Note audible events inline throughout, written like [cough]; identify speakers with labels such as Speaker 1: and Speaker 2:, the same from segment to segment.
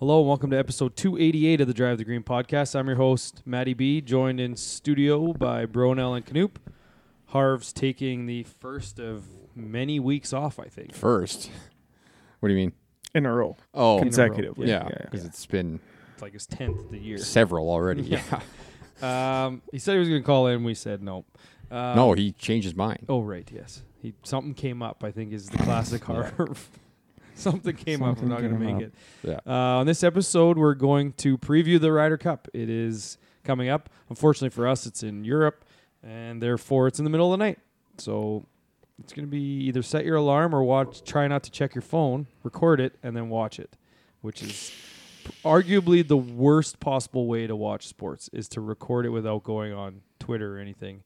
Speaker 1: Hello and welcome to episode 288 of the Drive the Green podcast. I'm your host, Matty B, joined in studio by Bronell and Canoop. Harv's taking the first of many weeks off, I think.
Speaker 2: First, what do you mean?
Speaker 3: in a row
Speaker 2: Oh,
Speaker 1: Cons-
Speaker 3: consecutively.
Speaker 2: yeah, because it's been
Speaker 1: It's like his 10th of the year.
Speaker 2: several already. Yeah.
Speaker 1: [laughs] Um, he said he was going to call in. We said no. Uh,
Speaker 2: [laughs] no, he changed his mind.
Speaker 1: Oh, right. Yes. He Something came up, I think, is the classic Harv. [laughs] something came up. I'm
Speaker 3: Something
Speaker 1: not going to
Speaker 3: came
Speaker 1: make it.
Speaker 3: up.
Speaker 2: Yeah.
Speaker 1: Uh, on this episode, we're going to preview the Ryder Cup. It is coming up. Unfortunately for us, it's in Europe, and therefore it's in the middle of the night. So it's going to be either set your alarm or watch. Try not to check your phone, record it, and then watch it, which is arguably the worst possible way to watch sports is to record it without going on Twitter or anything.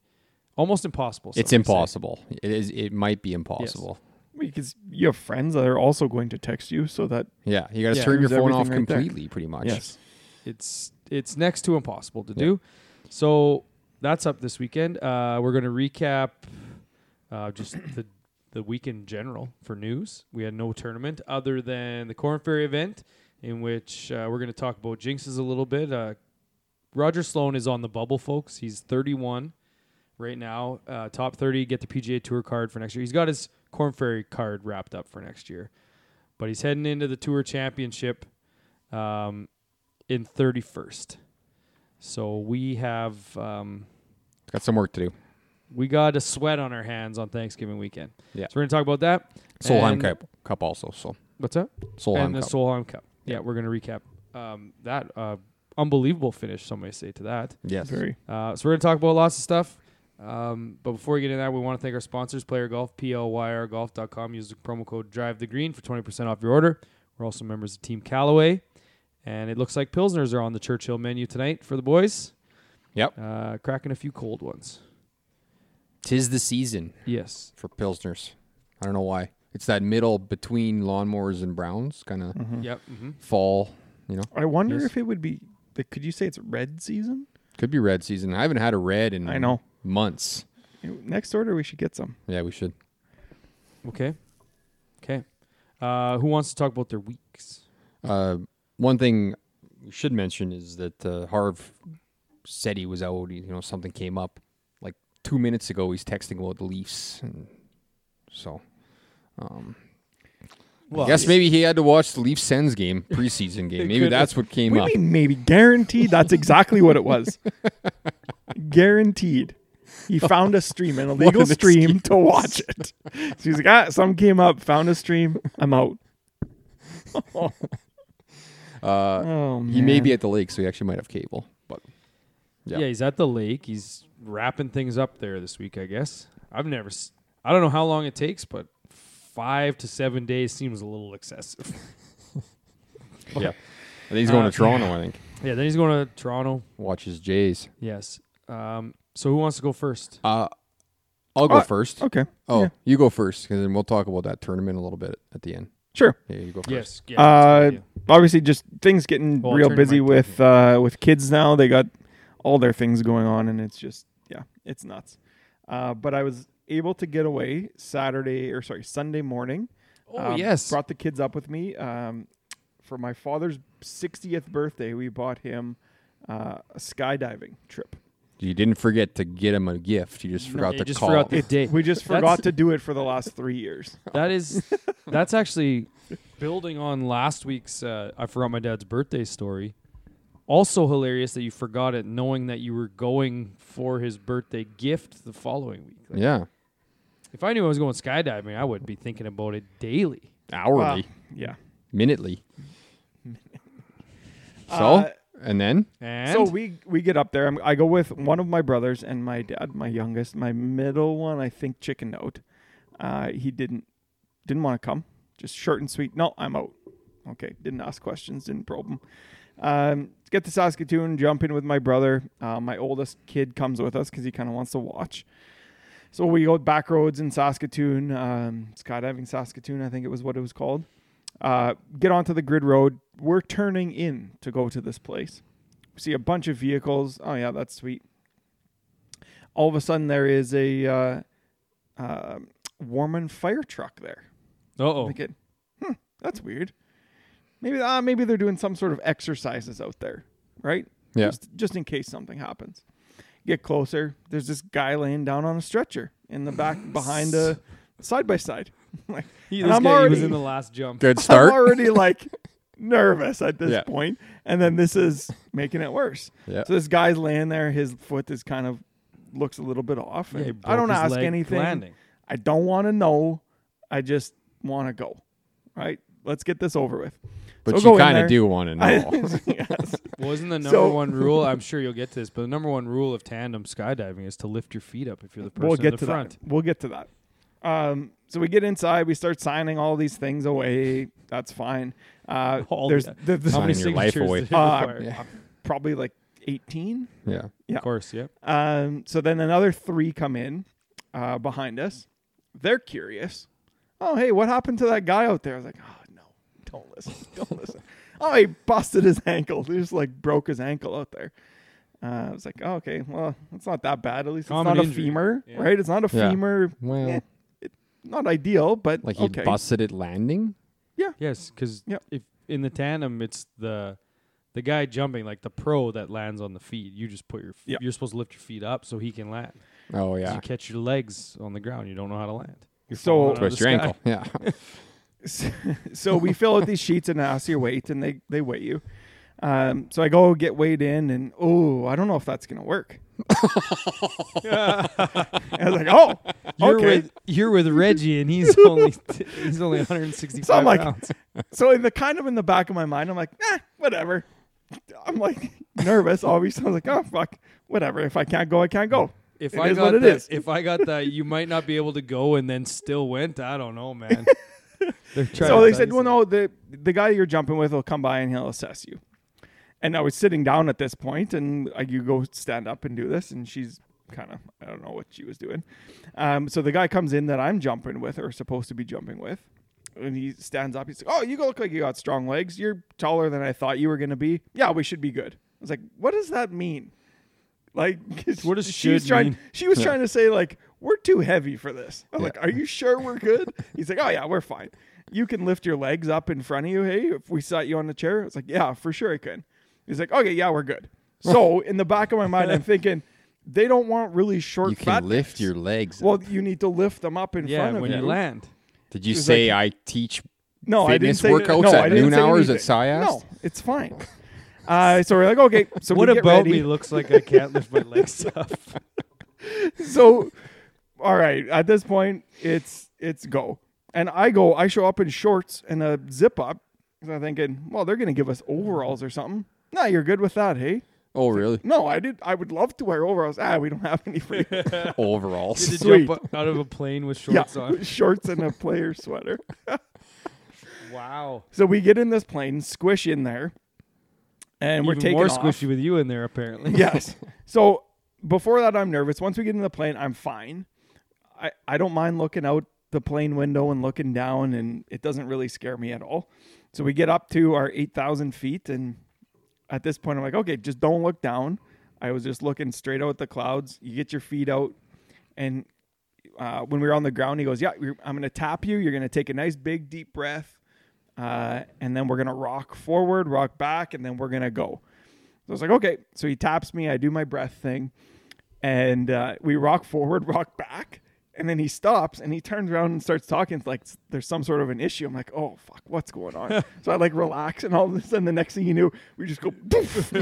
Speaker 1: Almost impossible.
Speaker 2: it's
Speaker 1: some would say.
Speaker 2: impossible. It is. It might be impossible.
Speaker 3: Because you have friends that are also going to text you, so that
Speaker 2: Yeah, you got to
Speaker 1: Yeah.
Speaker 2: turn your
Speaker 3: There's
Speaker 2: phone off
Speaker 3: everything right there.
Speaker 2: completely, pretty much.
Speaker 3: yes,
Speaker 1: it's it's next to impossible to
Speaker 2: Yeah.
Speaker 1: do. So that's up this weekend. Uh, we're going to recap uh, just the the week in general for news. We had no tournament other than the Corn Ferry event, in which uh, we're going to talk about jinxes a little bit. Uh, Roger Sloan is on the bubble, folks. He's 31 right now. Uh, top 30, get the PGA Tour card for next year. He's got his Corn Ferry card wrapped up for next year, but he's heading into the Tour Championship. Um, in 31st. So we have um,
Speaker 2: Got some work to do.
Speaker 1: we got a sweat on our hands on Thanksgiving weekend.
Speaker 2: Yeah.
Speaker 1: So we're gonna talk about that.
Speaker 2: Solheim
Speaker 1: And-
Speaker 2: Cup, Cup also. So
Speaker 1: What's up? and
Speaker 2: Solheim
Speaker 1: the
Speaker 2: Cup.
Speaker 1: Solheim Cup. Yeah, we're gonna recap um, that uh, unbelievable finish. Some may say to that.
Speaker 2: yes.
Speaker 3: very
Speaker 1: Uh, so we're gonna talk about lots of stuff. Um, but before we get into that, we want to thank our sponsors, Player Golf, PLYRGolf.com. Use the promo code Drive the Green for 20% off your order. We're also members of Team Callaway. And it looks like Pilsners are on the Churchill menu tonight for the boys.
Speaker 2: Yep.
Speaker 1: Uh, cracking a few cold ones.
Speaker 2: Tis the season
Speaker 1: Yes.
Speaker 2: for pilsners. I don't know why. It's that middle between lawnmowers and browns kind of
Speaker 1: Yep. Mm-hmm.
Speaker 2: fall. You know,
Speaker 3: I wonder
Speaker 1: Yes.
Speaker 3: if it would be. Like, could you say it's red season?
Speaker 2: could be red season. I haven't had a red in
Speaker 3: I know.
Speaker 2: months.
Speaker 3: You- Next order, we should get some.
Speaker 2: Yeah, we should.
Speaker 1: Okay. Okay. Uh, who wants to talk about their weeks?
Speaker 2: Uh, one thing we should mention is that uh, Harv said he was out. You know, something came up like two minutes ago. He's texting about the Leafs, and so um,
Speaker 1: Well,
Speaker 2: I guess maybe he had to watch the Leafs
Speaker 1: [laughs]
Speaker 2: Sens game, preseason game. Maybe
Speaker 1: could-
Speaker 2: that's what came
Speaker 3: We
Speaker 2: up.
Speaker 3: mean maybe guaranteed. That's exactly what it was. guaranteed. He found a stream, an illegal
Speaker 2: an
Speaker 3: stream, to watch it. So he's like, ah, some came up, found a stream. I'm out.
Speaker 2: Uh,
Speaker 3: Oh,
Speaker 2: he may
Speaker 3: man.
Speaker 2: be at the lake, so he actually might have cable. But
Speaker 1: Yeah.
Speaker 2: Yeah.
Speaker 1: he's at the lake. He's wrapping things up there this week, I guess. I've never, s- I don't know how long it takes, but five to seven days seems a little
Speaker 2: [laughs]
Speaker 1: excessive.
Speaker 2: yeah, I think he's going
Speaker 1: Uh,
Speaker 2: to Toronto. I think
Speaker 1: yeah, then he's going to Toronto.
Speaker 2: watch his Jays.
Speaker 1: Yes. Um, so who wants to go first?
Speaker 2: Uh, I'll go
Speaker 3: Uh,
Speaker 2: first.
Speaker 3: Okay.
Speaker 2: Oh,
Speaker 3: yeah.
Speaker 2: you go first, because then we'll talk about that tournament a little bit at the end.
Speaker 3: Sure.
Speaker 2: Yeah, you go first.
Speaker 1: yes. Yeah, that's a
Speaker 3: uh,
Speaker 1: good idea.
Speaker 3: obviously just things getting
Speaker 1: Well, I'll
Speaker 3: real
Speaker 1: turn your
Speaker 3: busy
Speaker 1: mic
Speaker 3: with uh, with kids now. They got all their things going on, and it's just yeah, it's nuts. Uh, but I was able to get away Saturday or sorry Sunday morning.
Speaker 1: Oh,
Speaker 3: Um,
Speaker 1: yes.
Speaker 3: brought the kids up with me um, for my father's 60th birthday. We bought him uh, a skydiving trip.
Speaker 2: You didn't forget to get him a gift. You just forgot
Speaker 1: You
Speaker 2: to
Speaker 1: just
Speaker 2: call.
Speaker 1: forgot the date.
Speaker 3: We just
Speaker 1: [laughs] That's-
Speaker 3: forgot to do it for the last three years.
Speaker 1: That is, that's actually building on last week's. Uh, I forgot my dad's birthday story. Also hilarious that you forgot it, knowing that you were going for his birthday gift the following week. Like,
Speaker 2: yeah,
Speaker 1: If I knew I was going skydiving, I would be thinking about it daily.
Speaker 2: hourly,
Speaker 3: Uh, yeah.
Speaker 2: minutely. so
Speaker 3: Uh,
Speaker 2: and then
Speaker 1: And
Speaker 3: So we we get up there. I'm, I go with one of my brothers and my dad, my youngest, my middle one. I think chickened out. Uh, he didn't didn't want to come. Just short and sweet. No, I'm out. Okay, didn't ask questions, didn't probe him. Um, get to Saskatoon, jump in with my brother. Uh, my oldest kid comes with us because he kind of wants to watch. So we go back roads in Saskatoon, um, skydiving Saskatoon, I think it was what it was called. Uh, get onto the grid road. We're turning in to go to this place see a bunch of vehicles. Oh yeah, that's sweet. All of a sudden, there is a uh, uh, Warman fire truck there.
Speaker 1: uh oh,
Speaker 3: Thinking, hmm, that's weird. Maybe ah, maybe they're doing some sort of exercises out there, right?
Speaker 2: Yeah.
Speaker 3: Just just in case something happens. Get closer. There's this guy laying down on a stretcher in the back behind the side by side. Like
Speaker 1: He,
Speaker 3: And
Speaker 1: this
Speaker 3: I'm
Speaker 1: guy, he was
Speaker 3: already-
Speaker 1: in the last
Speaker 3: [laughs]
Speaker 1: jump.
Speaker 2: Good
Speaker 3: I'm
Speaker 2: start. [laughs]
Speaker 3: already like nervous at this
Speaker 2: Yeah.
Speaker 3: point, and then this is making it worse.
Speaker 2: Yeah.
Speaker 3: So this guy's laying there. His foot is kind of looks a little bit off.
Speaker 1: Yeah, he
Speaker 3: and I
Speaker 1: broke
Speaker 3: don't
Speaker 1: his
Speaker 3: ask
Speaker 1: leg
Speaker 3: anything.
Speaker 1: landing.
Speaker 3: I don't want to know. I just want to go. Right? Let's get this over with.
Speaker 2: But
Speaker 3: So go
Speaker 2: you
Speaker 3: in
Speaker 2: kind
Speaker 3: [laughs] there.
Speaker 2: of do want to know.
Speaker 3: yes.
Speaker 1: Wasn't the number
Speaker 3: [laughs] So-
Speaker 1: one rule? I'm sure you'll get to this, but the number one rule of tandem skydiving is to lift your feet up if you're the person
Speaker 3: We'll get
Speaker 1: at
Speaker 3: to
Speaker 1: the front.
Speaker 3: that. We'll get to that. Um, so we get inside. We start signing all these things away. That's fine. Uh,
Speaker 1: All
Speaker 3: there's
Speaker 1: the-
Speaker 3: the, the-
Speaker 1: How many
Speaker 2: Sign your life
Speaker 1: signatures did
Speaker 2: away.
Speaker 1: it
Speaker 3: Uh,
Speaker 1: require?
Speaker 2: yeah.
Speaker 3: probably like 18.
Speaker 2: yeah.
Speaker 1: Of course, yep.
Speaker 3: Um, so then another three come in uh, behind us. They're curious. Oh, hey, what happened to that guy out there? I was like, oh, no, don't listen. [laughs] Don't listen. Oh, he busted his ankle. [laughs] He just like broke his ankle out there. Uh, I was like, oh, okay, well, it's not that bad. At least it's
Speaker 1: Common
Speaker 3: not
Speaker 1: injury.
Speaker 3: a femur,
Speaker 1: Yeah.
Speaker 3: right? It's not a
Speaker 2: Yeah.
Speaker 3: femur.
Speaker 2: Well,
Speaker 3: Eh, it- not ideal, but
Speaker 2: like he
Speaker 3: okay.
Speaker 2: busted it landing.
Speaker 1: Yes, because
Speaker 3: Yep.
Speaker 1: if in the tandem, it's the the guy jumping like the pro that lands on the feet. You just put your f-
Speaker 3: Yep.
Speaker 1: you're supposed to lift your feet up so he can land. 'Cause
Speaker 2: Oh yeah.
Speaker 1: You catch your legs on the ground. You don't know how to land.
Speaker 3: [laughs]
Speaker 1: You're
Speaker 3: So-
Speaker 1: falling out of
Speaker 2: Twist
Speaker 1: the
Speaker 2: your
Speaker 1: sky.
Speaker 2: ankle. Yeah.
Speaker 3: [laughs] so we fill out these sheets and ask your weight, and they they weigh you. Um, so I go get weighed in, and oh, I don't know if that's gonna work. [laughs] I was like, oh,
Speaker 1: You're
Speaker 3: okay.
Speaker 1: with you're with Reggie, and
Speaker 3: [laughs]
Speaker 1: he's only he's only 165
Speaker 3: So I'm like- [laughs]
Speaker 1: pounds.
Speaker 3: so in the kind of in the back of my mind, I'm like, eh, whatever. I'm like nervous, obviously. I was like, oh fuck, whatever. If I can't go, I can't go.
Speaker 1: If
Speaker 3: It
Speaker 1: I
Speaker 3: is
Speaker 1: got
Speaker 3: what it
Speaker 1: that,
Speaker 3: is.
Speaker 1: if I got that, you might not be able to go, and then still went. I don't know,
Speaker 3: [laughs]
Speaker 1: man. They're [laughs] trying to
Speaker 3: So they
Speaker 1: tell
Speaker 3: said,
Speaker 1: you something.
Speaker 3: well, no, the the guy you're jumping with will come by and he'll assess you. And I was sitting down at this point, and I, you go stand up and do this, and she's kind of I don't know what she was doing. Um, so the guy comes in that I'm jumping with or supposed to be jumping with, and he stands up. He's like, "Oh, you look like you got strong legs. You're taller than I thought you were gonna be. Yeah, we should be good." I was like, "What does that mean?" Like, [laughs]
Speaker 1: What does
Speaker 3: she was
Speaker 1: should
Speaker 3: trying?
Speaker 1: mean?
Speaker 3: She was
Speaker 2: Yeah.
Speaker 3: trying to say like, "We're too heavy for this." I'm
Speaker 2: Yeah.
Speaker 3: like, "Are you sure we're good?" He's like, "Oh yeah, we're fine. You can lift your legs up in front of you. Hey, if we sat you on the chair, it's like, yeah, for sure I can." He's like, "Okay, yeah, we're good."
Speaker 2: [laughs]
Speaker 3: So in the back of my mind, I'm thinking they don't want really short.
Speaker 2: You
Speaker 3: fat
Speaker 2: can lift
Speaker 3: guys.
Speaker 2: your legs.
Speaker 3: Well,
Speaker 2: up.
Speaker 3: you need to lift them up in
Speaker 1: yeah,
Speaker 3: front of
Speaker 1: when you
Speaker 3: you.
Speaker 1: land.
Speaker 2: Did you
Speaker 3: was
Speaker 2: say I teach
Speaker 3: no, I didn't
Speaker 2: fitness
Speaker 3: say
Speaker 2: workouts
Speaker 3: no,
Speaker 2: at
Speaker 3: I didn't
Speaker 2: noon
Speaker 3: say
Speaker 2: hours at
Speaker 3: anything.
Speaker 2: SciAst?
Speaker 3: No, it's fine. Uh, so we're like, okay. So
Speaker 1: what
Speaker 3: we get
Speaker 1: about
Speaker 3: ready.
Speaker 1: me looks like I can't lift my
Speaker 3: [laughs]
Speaker 1: legs up?
Speaker 3: so all right at this point it's it's go and i go i show up in shorts and a zip up 'cause i'm thinking well they're gonna give us overalls or something no you're good with that hey
Speaker 2: Oh really?
Speaker 3: no i did i would love to wear overalls ah we don't have any for you
Speaker 2: Overalls.
Speaker 1: Did
Speaker 3: Sweet.
Speaker 1: you jump out of a plane with
Speaker 3: yeah
Speaker 1: [laughs] shorts on?
Speaker 3: [laughs] shorts and a player sweater
Speaker 1: Wow.
Speaker 3: so we get in this plane squish in there and we're
Speaker 1: Even
Speaker 3: taking
Speaker 1: more
Speaker 3: off.
Speaker 1: squishy with you in there, apparently. [laughs]
Speaker 3: yes. So before that, I'm nervous. Once we get in the plane, I'm fine. I, I don't mind looking out the plane window and looking down, and it doesn't really scare me at all. So we get up to our 8,000 feet, and at this point, I'm like, okay, just don't look down. I was just looking straight out the clouds. You get your feet out, and uh, when we were on the ground, he goes, "Yeah, you're- I'm going to tap you. You're going to take a nice big deep breath, uh, and then we're going to rock forward, rock back, and then we're going to go." So I was like, "Okay." So he taps me. I do my breath thing, and uh, we rock forward, [laughs] rock back, and then he stops and he turns around and starts talking. It's like s- there's some sort of an issue. I'm like, "Oh fuck, what's going on?" so I like relax, and all of a sudden, the next thing you knew, we just go [laughs] just,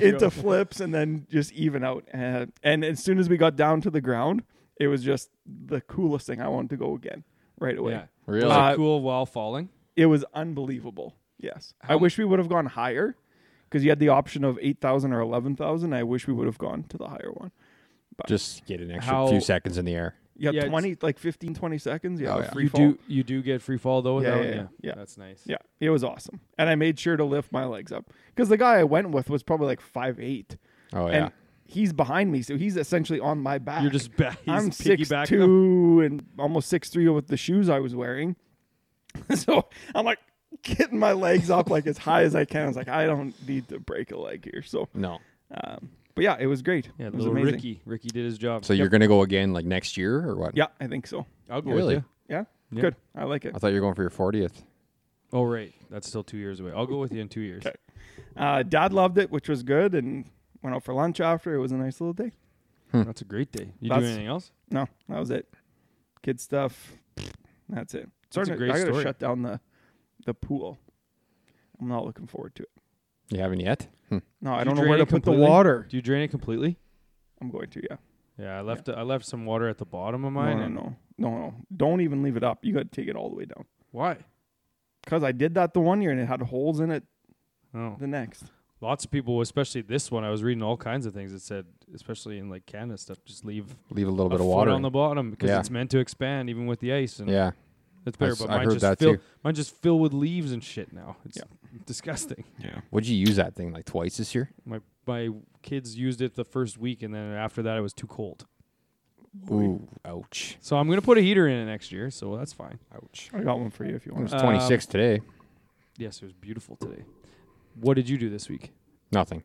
Speaker 3: into flips and then just even out. And, and as soon as we got down to the ground, it was just the coolest thing. I wanted to go again right away.
Speaker 1: Yeah.
Speaker 2: Really?
Speaker 1: Was it
Speaker 3: Uh,
Speaker 1: cool while falling?
Speaker 3: It was unbelievable. Yes,
Speaker 1: Um,
Speaker 3: I wish we would have gone higher because you had the option of eight thousand or eleven thousand. I wish we would have gone to the higher one.
Speaker 2: [laughs] Just get an extra
Speaker 1: How-
Speaker 2: few seconds in the air.
Speaker 3: Yeah,
Speaker 1: Yeah, it's-
Speaker 3: twenty like 15, 20 seconds. Yeah,
Speaker 2: Oh,
Speaker 3: the
Speaker 2: yeah.
Speaker 3: free
Speaker 1: you
Speaker 3: fall.
Speaker 1: do you do get free fall though with
Speaker 3: Yeah,
Speaker 1: that one?
Speaker 3: yeah, yeah, yeah.
Speaker 1: That's nice.
Speaker 3: Yeah, it was awesome, and I made sure to lift my legs up because the guy I went with was probably like five eight,
Speaker 2: Oh yeah.
Speaker 3: and he's behind me, so he's essentially on my back.
Speaker 1: You're just back.
Speaker 3: I'm six
Speaker 1: piggyback
Speaker 3: two and almost six three with the shoes I was wearing. [laughs] so I'm like getting my legs up like as high as I can. I was like, I don't need to break a leg here. So,
Speaker 2: no.
Speaker 3: um, but yeah, it was great.
Speaker 1: Yeah,
Speaker 3: it was
Speaker 1: little
Speaker 3: amazing.
Speaker 1: Ricky. Ricky did his job.
Speaker 2: So you're gonna go again like next year or what?
Speaker 3: Yeah, I think so.
Speaker 1: I'll go
Speaker 2: Really?
Speaker 1: with you.
Speaker 3: Yeah,
Speaker 1: Yeah.
Speaker 3: good. I like it.
Speaker 2: I thought you were going for your fortieth.
Speaker 1: Oh, right. That's still two years away. I'll go with you in two years.
Speaker 3: 'Kay. Uh, Dad loved it, which was good, and went out for lunch after. It was a nice little day.
Speaker 1: That's a great day. You do
Speaker 3: That's-
Speaker 1: anything else?
Speaker 3: No, that was it. Kid stuff. That's it. Starting
Speaker 1: great
Speaker 3: to, I gotta
Speaker 1: story.
Speaker 3: shut down the the pool. I'm not looking forward to it.
Speaker 2: You haven't yet? Hmm.
Speaker 3: No,
Speaker 1: Did
Speaker 3: I
Speaker 1: you
Speaker 3: don't know
Speaker 1: drain
Speaker 3: where to
Speaker 1: it
Speaker 3: put the
Speaker 1: completely?
Speaker 3: water.
Speaker 1: Do you drain it completely?
Speaker 3: I'm going to, yeah.
Speaker 1: Yeah, I left. I left some water at the bottom of mine.
Speaker 3: no,
Speaker 1: and-
Speaker 3: no, no, no, no. Don't even leave it up. You got to take it all the way down.
Speaker 1: Why?
Speaker 3: Cause I did that the one year and it had holes in it
Speaker 1: Oh,
Speaker 3: the next.
Speaker 1: lots of people, especially this one. I was reading all kinds of things that said, especially in like Canada stuff, just leave
Speaker 2: Leave a little
Speaker 1: a
Speaker 2: bit of
Speaker 1: foot
Speaker 2: water.
Speaker 1: on the bottom because
Speaker 2: Yeah.
Speaker 1: it's meant to expand even with the ice. And
Speaker 2: yeah.
Speaker 1: that's
Speaker 2: I
Speaker 1: better.
Speaker 2: s-
Speaker 1: but
Speaker 2: I
Speaker 1: mine
Speaker 2: heard
Speaker 1: just
Speaker 2: that
Speaker 1: fill,
Speaker 2: too.
Speaker 1: Mine just fill with leaves and shit now. It's
Speaker 3: Yeah.
Speaker 1: disgusting.
Speaker 3: Yeah.
Speaker 2: Would you use that thing like twice this year?
Speaker 1: My my kids used it the first week, and then after that, it was too cold.
Speaker 2: Ooh, ouch.
Speaker 1: So I'm gonna put a heater in it next year. So that's fine.
Speaker 2: Ouch.
Speaker 3: I got one for you if you
Speaker 2: It was
Speaker 3: want.
Speaker 1: Um,
Speaker 2: 26 today.
Speaker 1: Yes, it was beautiful today. What did you do this week?
Speaker 2: Nothing.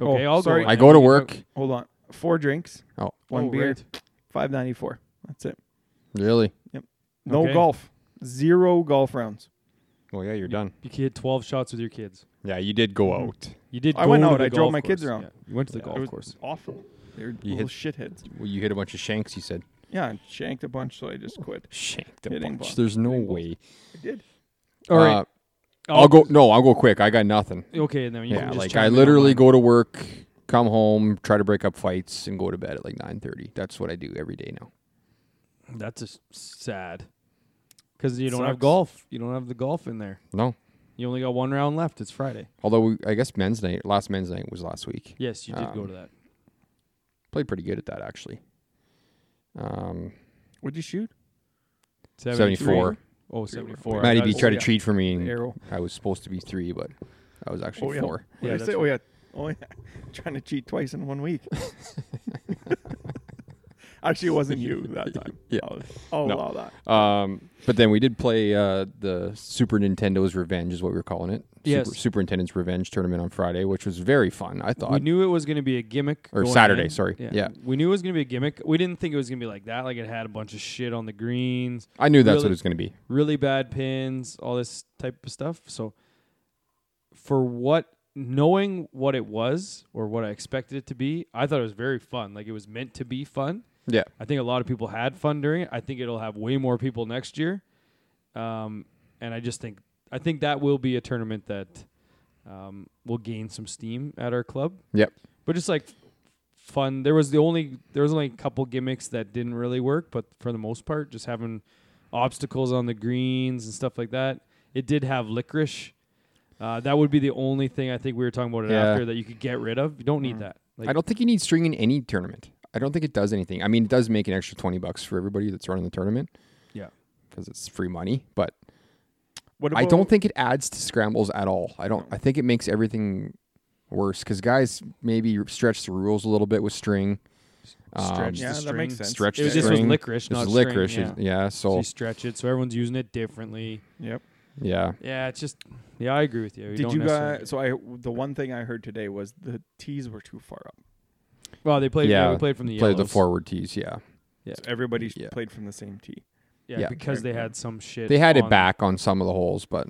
Speaker 3: Oh,
Speaker 1: Okay, I'll
Speaker 3: sorry.
Speaker 1: go.
Speaker 2: I go to work.
Speaker 3: Hold on. Four drinks,
Speaker 2: Oh,
Speaker 3: one
Speaker 1: Oh,
Speaker 3: beer,
Speaker 1: right.
Speaker 3: five ninety four. That's it.
Speaker 2: really?
Speaker 3: No
Speaker 1: Okay.
Speaker 3: golf. Zero golf rounds.
Speaker 2: Well, yeah, you're done.
Speaker 1: You had 12 shots with your kids.
Speaker 2: Yeah, you did go
Speaker 3: Mhm.
Speaker 2: out.
Speaker 1: You did.
Speaker 3: I
Speaker 1: go
Speaker 3: went
Speaker 1: to
Speaker 3: out,
Speaker 1: the
Speaker 3: I drove
Speaker 1: golf
Speaker 3: my kids
Speaker 1: course.
Speaker 3: around.
Speaker 1: Yeah, you went to the
Speaker 3: Yeah, it
Speaker 1: golf
Speaker 3: was
Speaker 1: course.
Speaker 3: Awful. They're
Speaker 2: You
Speaker 3: little
Speaker 2: hit-
Speaker 3: shitheads.
Speaker 2: Well, you hit a bunch of shanks, you said.
Speaker 3: Yeah, I shanked a bunch, so I just quit.
Speaker 2: Shanked a
Speaker 3: Hitting
Speaker 2: bunch.
Speaker 3: balls.
Speaker 2: There's no
Speaker 3: Hitting balls.
Speaker 2: way.
Speaker 3: I did.
Speaker 1: All right,
Speaker 2: Uh, I'll
Speaker 1: Oh,
Speaker 2: go. No, I'll go quick. I got nothing.
Speaker 1: Okay, and then you can
Speaker 2: yeah,
Speaker 1: just
Speaker 2: like
Speaker 1: chime
Speaker 2: I
Speaker 1: in
Speaker 2: literally
Speaker 1: online.
Speaker 2: go to work, come home, try to break up fights, and go to bed at like 9:30. That's what I do every day now.
Speaker 1: That's just sad. Because you don't have
Speaker 3: Sucks.
Speaker 1: golf. You don't have the golf in there.
Speaker 2: No,
Speaker 1: You only got one round left. It's Friday.
Speaker 2: although we, I guess men's night, last men's night was last week.
Speaker 1: Yes, you did go
Speaker 2: Um,
Speaker 1: to that.
Speaker 2: Played pretty good at that actually. Um,
Speaker 3: What'd you shoot?
Speaker 2: 74.
Speaker 1: Oh, 74.
Speaker 2: Matty
Speaker 1: I
Speaker 2: B
Speaker 1: got-
Speaker 2: tried
Speaker 3: yeah.
Speaker 2: to cheat for me.
Speaker 3: The
Speaker 2: And
Speaker 3: arrow.
Speaker 2: I was supposed to be three, but I was
Speaker 3: Oh,
Speaker 2: actually
Speaker 3: yeah.
Speaker 2: four.
Speaker 1: Yeah,
Speaker 3: Yeah,
Speaker 1: that's
Speaker 3: say? Oh yeah. Oh yeah. [laughs] Trying to cheat twice in one
Speaker 2: [laughs]
Speaker 3: week. Actually, it wasn't you that time.
Speaker 2: [laughs]
Speaker 3: Oh,
Speaker 2: Yeah.
Speaker 3: I'll, I'll
Speaker 2: No.
Speaker 3: allow that.
Speaker 2: Um, but then we did play uh, the Super Nintendo's Revenge, is what we were calling it.
Speaker 1: Yes.
Speaker 2: Super, Superintendent's Revenge tournament on Friday, which was very fun. I
Speaker 1: We
Speaker 2: thought.
Speaker 1: knew it was going to be a gimmick.
Speaker 2: Or
Speaker 1: going
Speaker 2: Saturday,
Speaker 1: in.
Speaker 2: sorry. Yeah.
Speaker 1: We knew it was going to be a gimmick. We didn't think it was going to be like that. Like it had a bunch of shit on the greens,
Speaker 2: I knew that's what
Speaker 1: really-
Speaker 2: it was going to be.
Speaker 1: really bad pins, all this type of stuff. So for what knowing what it was or what I expected it to be, I thought it was very fun. Like it was meant to be fun.
Speaker 2: Yeah.
Speaker 1: I think a lot of people had fun during it. I think it'll have way more people next year. Um, and I just think I think that will be a tournament that um, will gain some steam at our club.
Speaker 2: Yep.
Speaker 1: But just like fun, there was the only there was only a couple gimmicks that didn't really work, but for the most part, just having obstacles on the greens and stuff like that. It did have licorice. Uh, that would be the only thing I think we were talking about it
Speaker 2: Yeah.
Speaker 1: after that you could get rid of. You don't need that. Like,
Speaker 2: I don't think you need string in any tournament. I don't think it does anything. I mean, it does make an extra 20 bucks for everybody that's running the tournament
Speaker 1: Yeah.
Speaker 2: because it's free money, but
Speaker 3: What
Speaker 2: I don't think it adds to scrambles at all. I don't. I think it makes everything worse because guys maybe stretch the rules a little bit with string. Um,
Speaker 1: Stretch
Speaker 3: Yeah,
Speaker 1: the
Speaker 3: that makes
Speaker 1: string.
Speaker 3: sense.
Speaker 2: Stretch
Speaker 1: It was
Speaker 2: the
Speaker 1: just with
Speaker 2: string.
Speaker 1: licorice,
Speaker 2: This
Speaker 1: not
Speaker 2: is licorice.
Speaker 1: String, yeah.
Speaker 2: yeah.
Speaker 1: So you
Speaker 2: So
Speaker 1: stretch it, so everyone's using it differently.
Speaker 3: Yep.
Speaker 2: yeah.
Speaker 1: Yeah, it's just. Yeah, I agree with you. We
Speaker 3: Did
Speaker 1: don't
Speaker 3: you
Speaker 1: necessarily-
Speaker 3: guys? So I the one thing I heard today was the tees were too far up.
Speaker 1: Well, they played. Yeah,
Speaker 2: Yeah,
Speaker 1: we played from the
Speaker 2: Play the
Speaker 1: yellows.
Speaker 2: forward tees. Yeah.
Speaker 3: So everybody
Speaker 2: Yeah.
Speaker 3: played from the same tee.
Speaker 1: Yeah,
Speaker 2: Yeah.
Speaker 1: because they had some shit.
Speaker 2: They had it
Speaker 1: on-
Speaker 2: back on some of the holes, but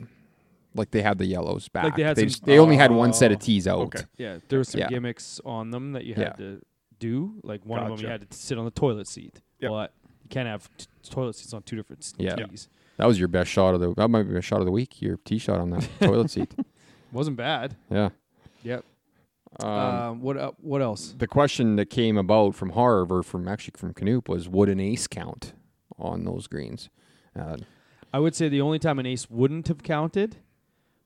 Speaker 2: like they had the yellows back.
Speaker 1: Like, they had some-
Speaker 2: just- they only had one set
Speaker 3: Oh,
Speaker 2: of tees out.
Speaker 3: okay.
Speaker 1: Yeah, there was some
Speaker 2: Yeah.
Speaker 1: gimmicks on them that you had to do. Like one of them, you
Speaker 3: Gotcha.
Speaker 1: had to sit on the toilet seat.
Speaker 3: Yep.
Speaker 1: Well, you can't have t- toilet seats on two different s-
Speaker 2: Yeah. Yeah.
Speaker 1: tees.
Speaker 2: That was your best shot of the. That might be a shot of the week. Your tee shot
Speaker 1: [laughs]
Speaker 2: on that toilet seat.
Speaker 1: Wasn't bad.
Speaker 2: Yeah.
Speaker 1: Yep.
Speaker 2: Um,
Speaker 1: um, what uh, What else?
Speaker 2: the question that came about from Harv or from actually from Canoop was would an ace count on those greens? Uh,
Speaker 1: I would say the only time an ace wouldn't have counted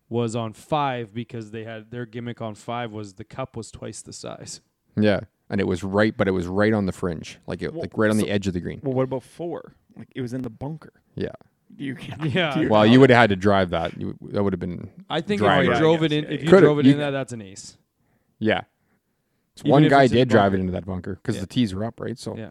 Speaker 1: was on five because they had their gimmick on five was the cup was twice the size.
Speaker 2: yeah, and it was right, but it was right on the fringe, like it,
Speaker 3: Well,
Speaker 2: like right on
Speaker 3: so-
Speaker 2: the edge of the green.
Speaker 3: Well, what about four? Like it was in the bunker.
Speaker 2: Yeah.
Speaker 3: Do you? [laughs]
Speaker 1: Yeah.
Speaker 3: do you-
Speaker 2: Well, you would have had to drive that. You, that would have been
Speaker 1: I think
Speaker 2: Driver,
Speaker 1: if you
Speaker 2: I
Speaker 1: drove
Speaker 3: guess.
Speaker 1: it in,
Speaker 3: Yeah,
Speaker 1: if
Speaker 3: yeah.
Speaker 1: you
Speaker 2: Could've-
Speaker 1: drove it
Speaker 2: you-
Speaker 1: in there, that's an ace.
Speaker 2: yeah.
Speaker 1: Even
Speaker 2: One
Speaker 1: if
Speaker 2: guy
Speaker 1: it's in
Speaker 2: did
Speaker 1: the
Speaker 2: drive it
Speaker 1: bunker.
Speaker 2: into that bunker because
Speaker 1: Yeah.
Speaker 2: the tees were up, right? So
Speaker 1: Yeah.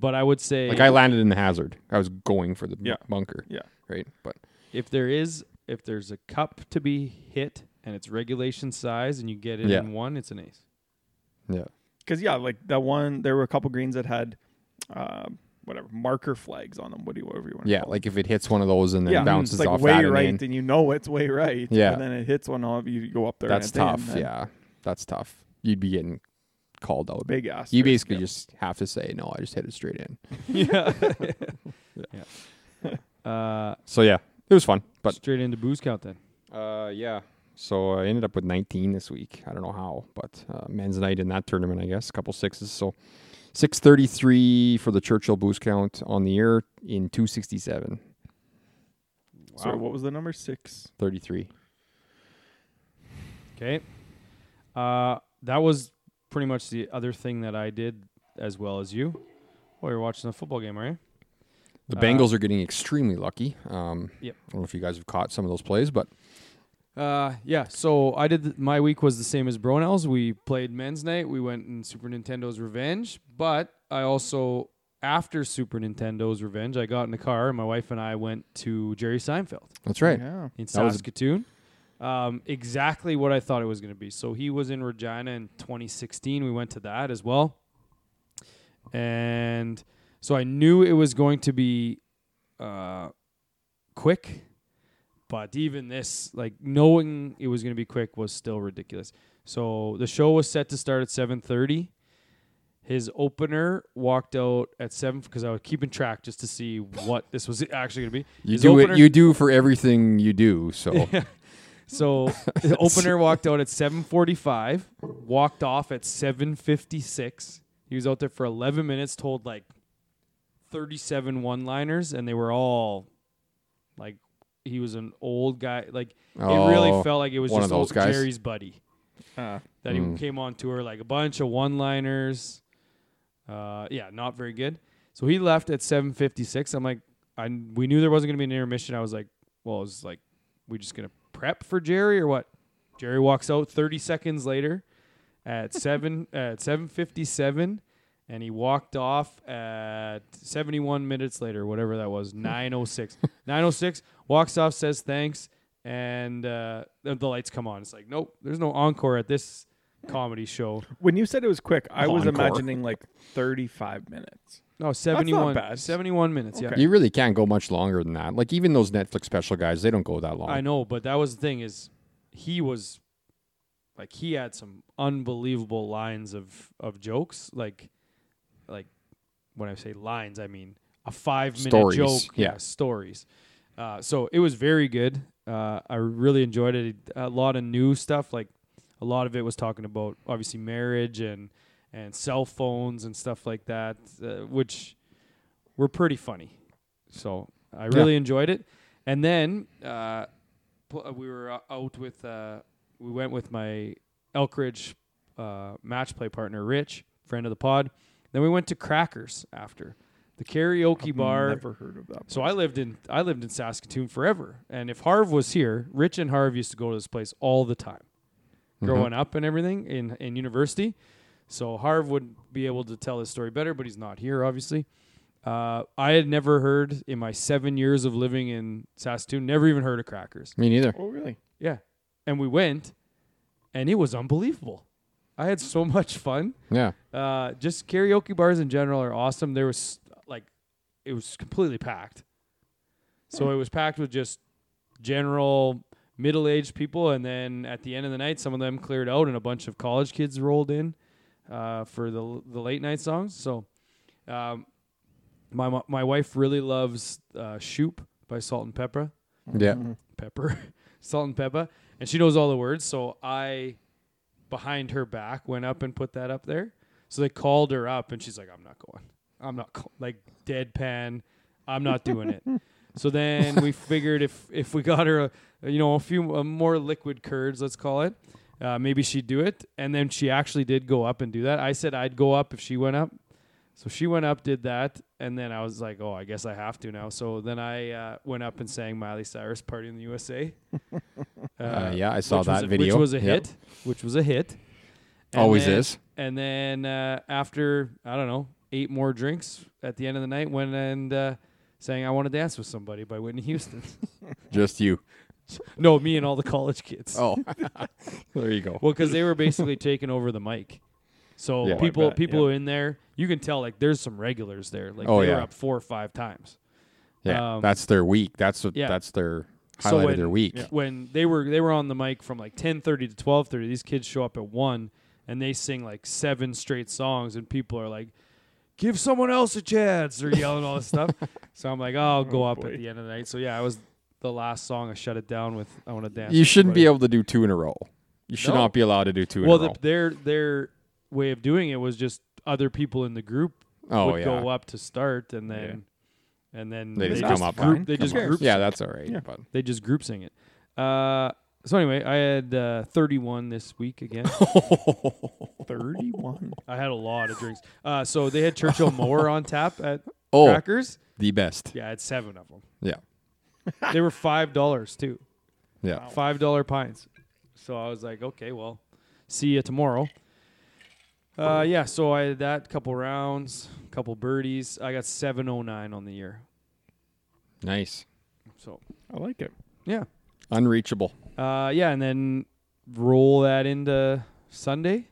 Speaker 1: But I would say
Speaker 2: Oh. Like I landed in the hazard. I was going for the b-
Speaker 3: Yeah.
Speaker 2: bunker.
Speaker 3: Yeah.
Speaker 2: Right. But
Speaker 1: if there is if there's a cup to be hit and it's regulation size and you get it
Speaker 2: Yeah.
Speaker 1: in one, it's an
Speaker 2: [laughs]
Speaker 1: ace. [laughs]
Speaker 2: yeah.
Speaker 3: Because yeah, like that one, there were a couple greens that had um whatever marker flags on them. What do you whatever you want?
Speaker 2: Yeah, like if it hits one of those and then
Speaker 3: yeah, Mm,
Speaker 2: bounces
Speaker 3: it's like
Speaker 2: off
Speaker 3: way
Speaker 2: that and
Speaker 3: right,
Speaker 2: in,
Speaker 3: and you know it's way right.
Speaker 2: Yeah.
Speaker 3: and then it hits one of you. You go up there.
Speaker 2: that's
Speaker 3: and it's in,
Speaker 2: tough.
Speaker 3: then
Speaker 2: yeah, that's tough. You'd be getting called out.
Speaker 3: big ass.
Speaker 2: You basically just have to say no. I just hit it straight in.
Speaker 1: yeah.
Speaker 2: [laughs]
Speaker 1: Uh,
Speaker 2: So yeah, it was fun. But
Speaker 1: straight into booze count then.
Speaker 2: uh, yeah, so I ended up with 19 this week. I don't know how, but uh, men's night in that tournament, I guess, a couple sixes. So 633 for the Churchill boost count on the year in 267.
Speaker 3: Sorry, what was the number six?
Speaker 2: 33.
Speaker 1: Okay. Uh, that was pretty much the other thing that I did as well as you. Well, you're watching a football game, are you?
Speaker 2: The
Speaker 1: Uh,
Speaker 2: Bengals are getting extremely lucky. Um,
Speaker 1: Yep.
Speaker 2: I don't know if you guys have caught some of those plays, but
Speaker 1: Uh, yeah. So I did. Th- my week was the same as Bronell's. We played men's night. We went in Super Nintendo's Revenge, but I also after Super Nintendo's Revenge, I got in the car and my wife and I went to Jerry Seinfeld
Speaker 2: that's right.
Speaker 3: Yeah.
Speaker 1: in
Speaker 2: That was-
Speaker 1: Saskatoon. Um, exactly what I thought it was going to be. So he was in Regina in 2016. We went to that as well, and so I knew it was going to be uh, quick. But even this, like knowing it was going to be quick, was still ridiculous. So the show was set to start at 7:30. His opener walked out at seven because I was keeping track just to see what this was actually going to be.
Speaker 2: You
Speaker 1: His
Speaker 2: do
Speaker 1: opener-
Speaker 2: it. You do for everything you do.
Speaker 1: [laughs]
Speaker 2: So [laughs]
Speaker 1: so the opener walked out at 7:45, walked off at 7:56. He was out there for 11 minutes, told like 37 one-liners, and they were all like he was an old guy. Like it really
Speaker 2: Oh,
Speaker 1: felt like it was
Speaker 2: one of
Speaker 1: just
Speaker 2: those
Speaker 1: old
Speaker 2: guys.
Speaker 1: Jerry's buddy
Speaker 3: Uh,
Speaker 1: that
Speaker 2: Mm.
Speaker 1: he came on tour like a bunch of one-liners. Uh, yeah, not very good. So he left at 7:56. I'm like, I we knew there wasn't gonna be an intermission. I was like, well, it was like, we just gonna prep for Jerry or what? Jerry walks out 30 seconds later at seven at 7:57, and he walked off at 71 minutes later, whatever that was,
Speaker 3: Hmm.
Speaker 1: 9:06. 9:06 walks off, says thanks, and uh, the, the lights come on. It's like, nope, there's no encore at this comedy show.
Speaker 3: when you said it was quick, I was
Speaker 2: Encore.
Speaker 3: imagining like thirty-five minutes.
Speaker 1: No, 71,
Speaker 3: bad.
Speaker 1: 71 minutes. Yeah,
Speaker 3: Okay.
Speaker 2: you really can't go much longer than that. Like even those Netflix special guys, they don't go that long.
Speaker 1: I know, but that was the thing is he was like he had some unbelievable lines of of jokes like like when I say lines I mean a 5 minute
Speaker 2: Stories,
Speaker 1: joke
Speaker 2: yeah.
Speaker 1: stories. Uh, so it was very good. Uh, I really enjoyed it. A lot of new stuff like a lot of it was talking about obviously marriage and and cell phones and stuff like that uh, which were pretty funny. So I really enjoyed it. And then uh, pl- uh, we were o- out with uh, we went with my Elkridge uh, match play partner Rich, friend of the pod. Then we went to Crackers after the karaoke bar.
Speaker 3: Never heard of that.
Speaker 1: So I lived in I lived in Saskatoon forever, and if Harv was here, Rich and Harv used to go to this place all the time, growing up and everything in in university. So Harv would be able to tell his story better, but he's not here, obviously. Uh, I had never heard in my seven years of living in Saskatoon, never even heard of crackers.
Speaker 2: Me neither.
Speaker 3: Oh really?
Speaker 1: Yeah, and we went, and it was unbelievable. I had so [laughs] much fun.
Speaker 2: Yeah.
Speaker 1: Uh, just karaoke bars in general are awesome. There was like, it was completely packed. So it was packed with just general middle aged people. And then at the end of the night, some of them cleared out and a bunch of college kids rolled in uh, for the, the late night songs. So um, my, mo- my wife really loves uh, Shoop by Salt and Pepper.
Speaker 2: Yeah.
Speaker 1: Mm-hmm. Pepper, [laughs] Salt and Pepper, and she knows all the words. So I, behind her back, went up and put that up there. So they called her up, and she's like, "I'm not going. I'm not go-. like deadpan. I'm not doing it." so then we figured if if we got her, a, you know, a few uh, more liquid curds, let's call it. Uh, maybe she'd do it, and then she actually did go up and do that. I said I'd go up if she went up, so she went up, did that, and then I was like, "Oh, I guess I have to now." So then I uh, went up and sang Miley Cyrus "Party in the
Speaker 2: [laughs]
Speaker 1: USA."
Speaker 2: Uh, yeah, I saw
Speaker 1: which was
Speaker 2: that
Speaker 1: a-
Speaker 2: video.
Speaker 1: which was a
Speaker 2: Yep.
Speaker 1: hit. Which was a hit. And
Speaker 2: Always
Speaker 1: then-
Speaker 2: is.
Speaker 1: And then uh, after I don't know eight more drinks at the end of the night, went and uh, sang "I Want to Dance with Somebody" by Whitney Houston. [laughs]
Speaker 2: Just you.
Speaker 1: no, me and all the college kids.
Speaker 2: Oh, there you go.
Speaker 1: Well, because they were basically taking over the mic. So
Speaker 2: Yeah. Oh, I
Speaker 1: people
Speaker 3: bet,
Speaker 1: people
Speaker 3: yeah.
Speaker 1: who are in there, you can tell like there's some regulars there. Like
Speaker 2: Oh,
Speaker 1: they were
Speaker 2: yeah.
Speaker 1: up four or five times.
Speaker 2: Yeah,
Speaker 1: Um,
Speaker 2: that's their week. That's what,
Speaker 1: yeah.
Speaker 2: that's their highlight
Speaker 1: so when,
Speaker 2: of their week.
Speaker 1: When they were they were on the mic from like ten thirty to twelve thirty, these kids show up at one and they sing like seven straight songs, and people are like, "Give someone else a chance!" They're yelling all this
Speaker 3: [laughs]
Speaker 1: stuff. So I'm like, oh, "I'll go
Speaker 3: Oh,
Speaker 1: up
Speaker 3: boy.
Speaker 1: at the end of the night." So yeah, I was the last song. I shut it down with "I Want to Dance."
Speaker 2: You
Speaker 1: with
Speaker 2: shouldn't be
Speaker 1: Somebody."
Speaker 2: able to do two in a row. You should
Speaker 1: No.
Speaker 2: not be allowed to do two
Speaker 1: well,
Speaker 2: in a row.
Speaker 1: the, their their way of doing it was just other people in the group
Speaker 2: oh
Speaker 1: would
Speaker 2: yeah,
Speaker 1: go up to start, and then and then
Speaker 2: They
Speaker 1: they,
Speaker 2: just
Speaker 1: just,
Speaker 2: come up
Speaker 1: group,
Speaker 3: on.
Speaker 1: they
Speaker 3: Come
Speaker 1: just
Speaker 3: on.
Speaker 1: group
Speaker 2: yeah, that's all right.
Speaker 3: Yeah.
Speaker 2: But
Speaker 1: They just group sing it. Uh, so anyway, I had uh, 31 this week again.
Speaker 3: Thirty-one.
Speaker 1: I had a lot of drinks. Uh, so they had Churchill Moore on tap at
Speaker 2: oh,
Speaker 1: Crackers.
Speaker 2: the best.
Speaker 1: Yeah, I had seven of them.
Speaker 2: Yeah,
Speaker 1: They were five dollars too.
Speaker 2: yeah.
Speaker 1: Five dollar pints. So I was like, okay, well, see you tomorrow. Uh, yeah, so I had that couple rounds, couple birdies. I got 709 on the year.
Speaker 2: Nice.
Speaker 1: So
Speaker 3: I like it.
Speaker 1: yeah,
Speaker 2: Unreachable.
Speaker 1: Uh, yeah, and then roll that into Sunday,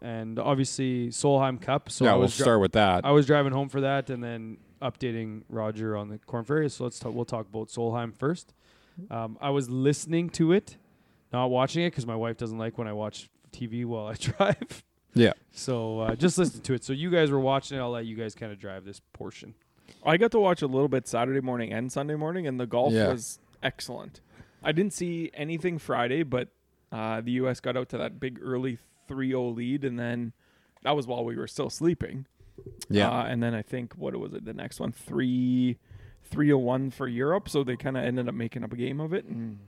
Speaker 1: and obviously Solheim Cup. So
Speaker 2: yeah,
Speaker 1: I
Speaker 2: we'll
Speaker 1: was dri-
Speaker 2: start with that.
Speaker 1: I was driving home for that, and then updating Roger on the Corn Ferry. So let's talk, we'll talk about Solheim first. Um, I was listening to it, not watching it, because my wife doesn't like when I watch TV while I [laughs] drive.
Speaker 2: yeah.
Speaker 1: So uh, just listen to it. So you guys were watching it. I'll let you guys kind of drive this portion.
Speaker 3: I got to watch a little bit Saturday morning and Sunday morning, and the golf
Speaker 2: Yeah.
Speaker 3: was excellent. I didn't see anything Friday, but uh, the U.S. got out to that big early 3-0 lead, and then that was while we were still sleeping.
Speaker 2: Yeah.
Speaker 3: Uh, and then I think what was it? The next one three, three oh one for Europe. So they kind of ended up making up a game of it. And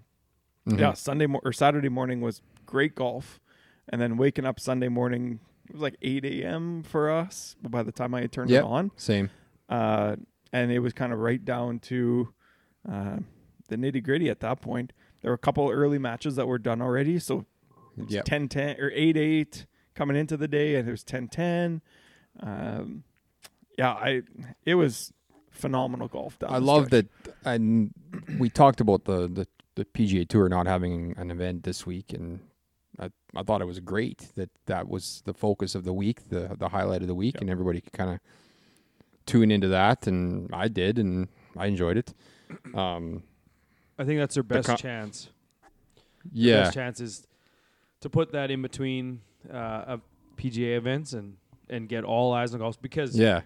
Speaker 2: Mhm.
Speaker 3: yeah, Sunday mo- or Saturday morning was great golf, and then waking up Sunday morning it was like eight a.m. for us. By the time I had turned
Speaker 2: Yep.
Speaker 3: it on,
Speaker 2: Same.
Speaker 3: uh, and it was kind of right down to uh, the nitty gritty at that point. There were a couple early matches that were done already, so it was
Speaker 2: Yep.
Speaker 3: 10 10 or 8 8 coming into the day, and it was 10 10. Um, yeah, I it was phenomenal golf. Down
Speaker 2: I
Speaker 3: the
Speaker 2: love
Speaker 3: stretch.
Speaker 2: that. And we talked about the, the the PGA Tour not having an event this week, and I, I thought it was great that that was the focus of the week, the the highlight of the week,
Speaker 3: Yeah.
Speaker 2: and everybody could kind of tune into that, and I did, and I enjoyed
Speaker 3: [clears throat]
Speaker 2: it. Um,
Speaker 1: I think that's their best
Speaker 2: co-
Speaker 1: chance.
Speaker 2: yeah,
Speaker 1: best chance is to put that in between uh, of PGA events and and get all eyes on golf because
Speaker 2: yeah,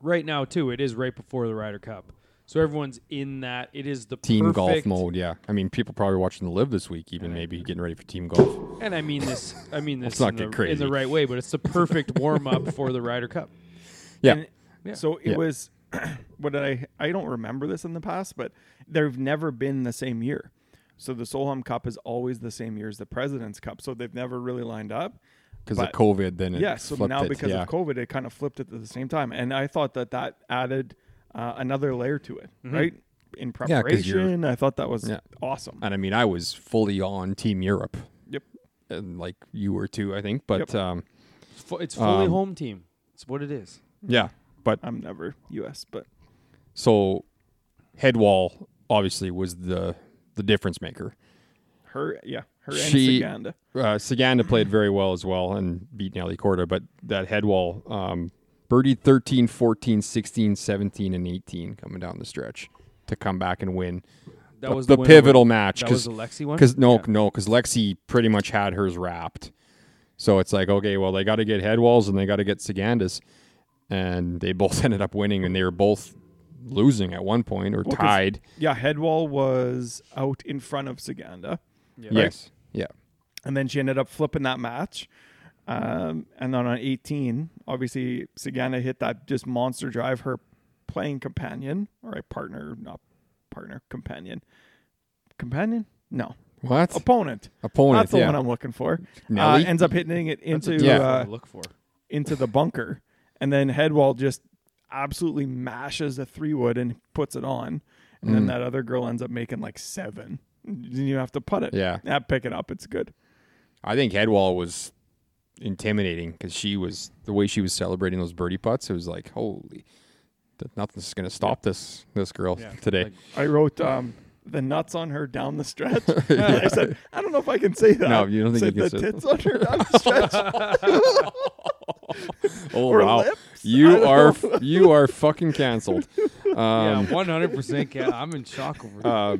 Speaker 1: right now too it is right before the Ryder Cup, so everyone's in that. It is the
Speaker 2: team golf
Speaker 1: perfect-
Speaker 2: mode. Yeah, I mean, people probably watching the live this week, even maybe getting ready for team golf.
Speaker 1: and I mean this. I mean this
Speaker 2: [laughs] Let's not
Speaker 1: in,
Speaker 2: get
Speaker 1: the,
Speaker 2: crazy.
Speaker 1: in the right way, but it's the perfect warm up for the Ryder Cup.
Speaker 2: Yeah,
Speaker 3: And-
Speaker 1: Yeah.
Speaker 3: So it
Speaker 2: Yeah.
Speaker 3: was [clears throat] what did I I don't remember this in the past, but they've never been the same year. So the Solheim Cup is always the same year as the President's Cup, so they've never really lined up.
Speaker 2: because
Speaker 3: but-
Speaker 2: of COVID, then it
Speaker 3: Yeah, so
Speaker 2: flipped
Speaker 3: now
Speaker 2: it,
Speaker 3: because
Speaker 2: yeah.
Speaker 3: of COVID, it kind of flipped it at the same time, and I thought that that added uh, another layer to it, right? In
Speaker 2: 'cause you're-
Speaker 3: preparation, I thought that was
Speaker 2: Yeah.
Speaker 3: awesome.
Speaker 2: And I mean, I was fully on Team Europe.
Speaker 3: Yep.
Speaker 2: And like you were too, I think. But
Speaker 3: Yep.
Speaker 2: um,
Speaker 1: It's, fu- it's fully
Speaker 2: Um,
Speaker 1: home team. It's what it is.
Speaker 2: yeah. But
Speaker 3: I'm never U.S., but
Speaker 2: so Headwall obviously was the the difference maker.
Speaker 3: her, yeah, her and
Speaker 2: She-
Speaker 3: Saganda.
Speaker 2: Uh,
Speaker 1: [clears throat]
Speaker 2: Saganda played very well as well and beat Nelly Corda, but that Headwall um, birdied 13, 14, 16, 17, and 18 coming down the stretch to come back and win.
Speaker 1: That
Speaker 2: the,
Speaker 1: was
Speaker 2: the
Speaker 1: winner.
Speaker 2: pivotal match
Speaker 1: That
Speaker 2: 'cause-
Speaker 1: was the Lexi one.
Speaker 2: Because no,
Speaker 1: Yeah.
Speaker 2: no, because Lexi pretty much had hers wrapped. So it's like, okay, well, they got to get Headwalls and they got to get Sagandas, and they [laughs] both ended up winning, and they were both losing at one point or
Speaker 3: 'cause-
Speaker 2: tied.
Speaker 3: Yeah, Headwall was out in front of Saganda.
Speaker 1: Yeah.
Speaker 2: Yes, yeah,
Speaker 3: and then she ended up flipping that match. Um, and then on 18, obviously Sagana hit that just monster drive. Her playing companion or a partner, not partner, companion, companion, no
Speaker 2: what
Speaker 3: opponent.
Speaker 2: opponent?
Speaker 3: That's the
Speaker 2: yeah,
Speaker 3: one I'm looking for. Uh,
Speaker 2: Nelly?
Speaker 3: ends up hitting it into
Speaker 1: That's a tough
Speaker 2: Yeah.
Speaker 1: one
Speaker 3: uh,
Speaker 1: to look for.
Speaker 3: into the bunker, and then Headwall just absolutely mashes a three wood and puts it on. And then
Speaker 2: Mm.
Speaker 3: that other girl ends up making like seven. You didn't even have to put it.
Speaker 2: yeah.
Speaker 3: Yeah, pick it up. It's good.
Speaker 2: I think Headwall was intimidating because she was the way she was celebrating those birdie putts. It was like, holy, that nothing's gonna stop this this girl
Speaker 1: Yeah.
Speaker 2: today.
Speaker 1: Like,
Speaker 3: I wrote um, the nuts on her down
Speaker 2: [laughs]
Speaker 3: the stretch. And I said, I don't know if I can say that.
Speaker 2: No, you don't think
Speaker 3: said,
Speaker 2: you can
Speaker 3: the
Speaker 2: say that.
Speaker 3: tits on her
Speaker 2: [laughs]
Speaker 3: down the stretch.
Speaker 2: Oh
Speaker 3: Or
Speaker 2: wow,
Speaker 3: lips? [laughs] I
Speaker 2: you
Speaker 3: don't
Speaker 2: are f- you are fucking canceled. Um,
Speaker 1: yeah, one hundred percent. I'm in shock over that.
Speaker 2: [laughs] uh,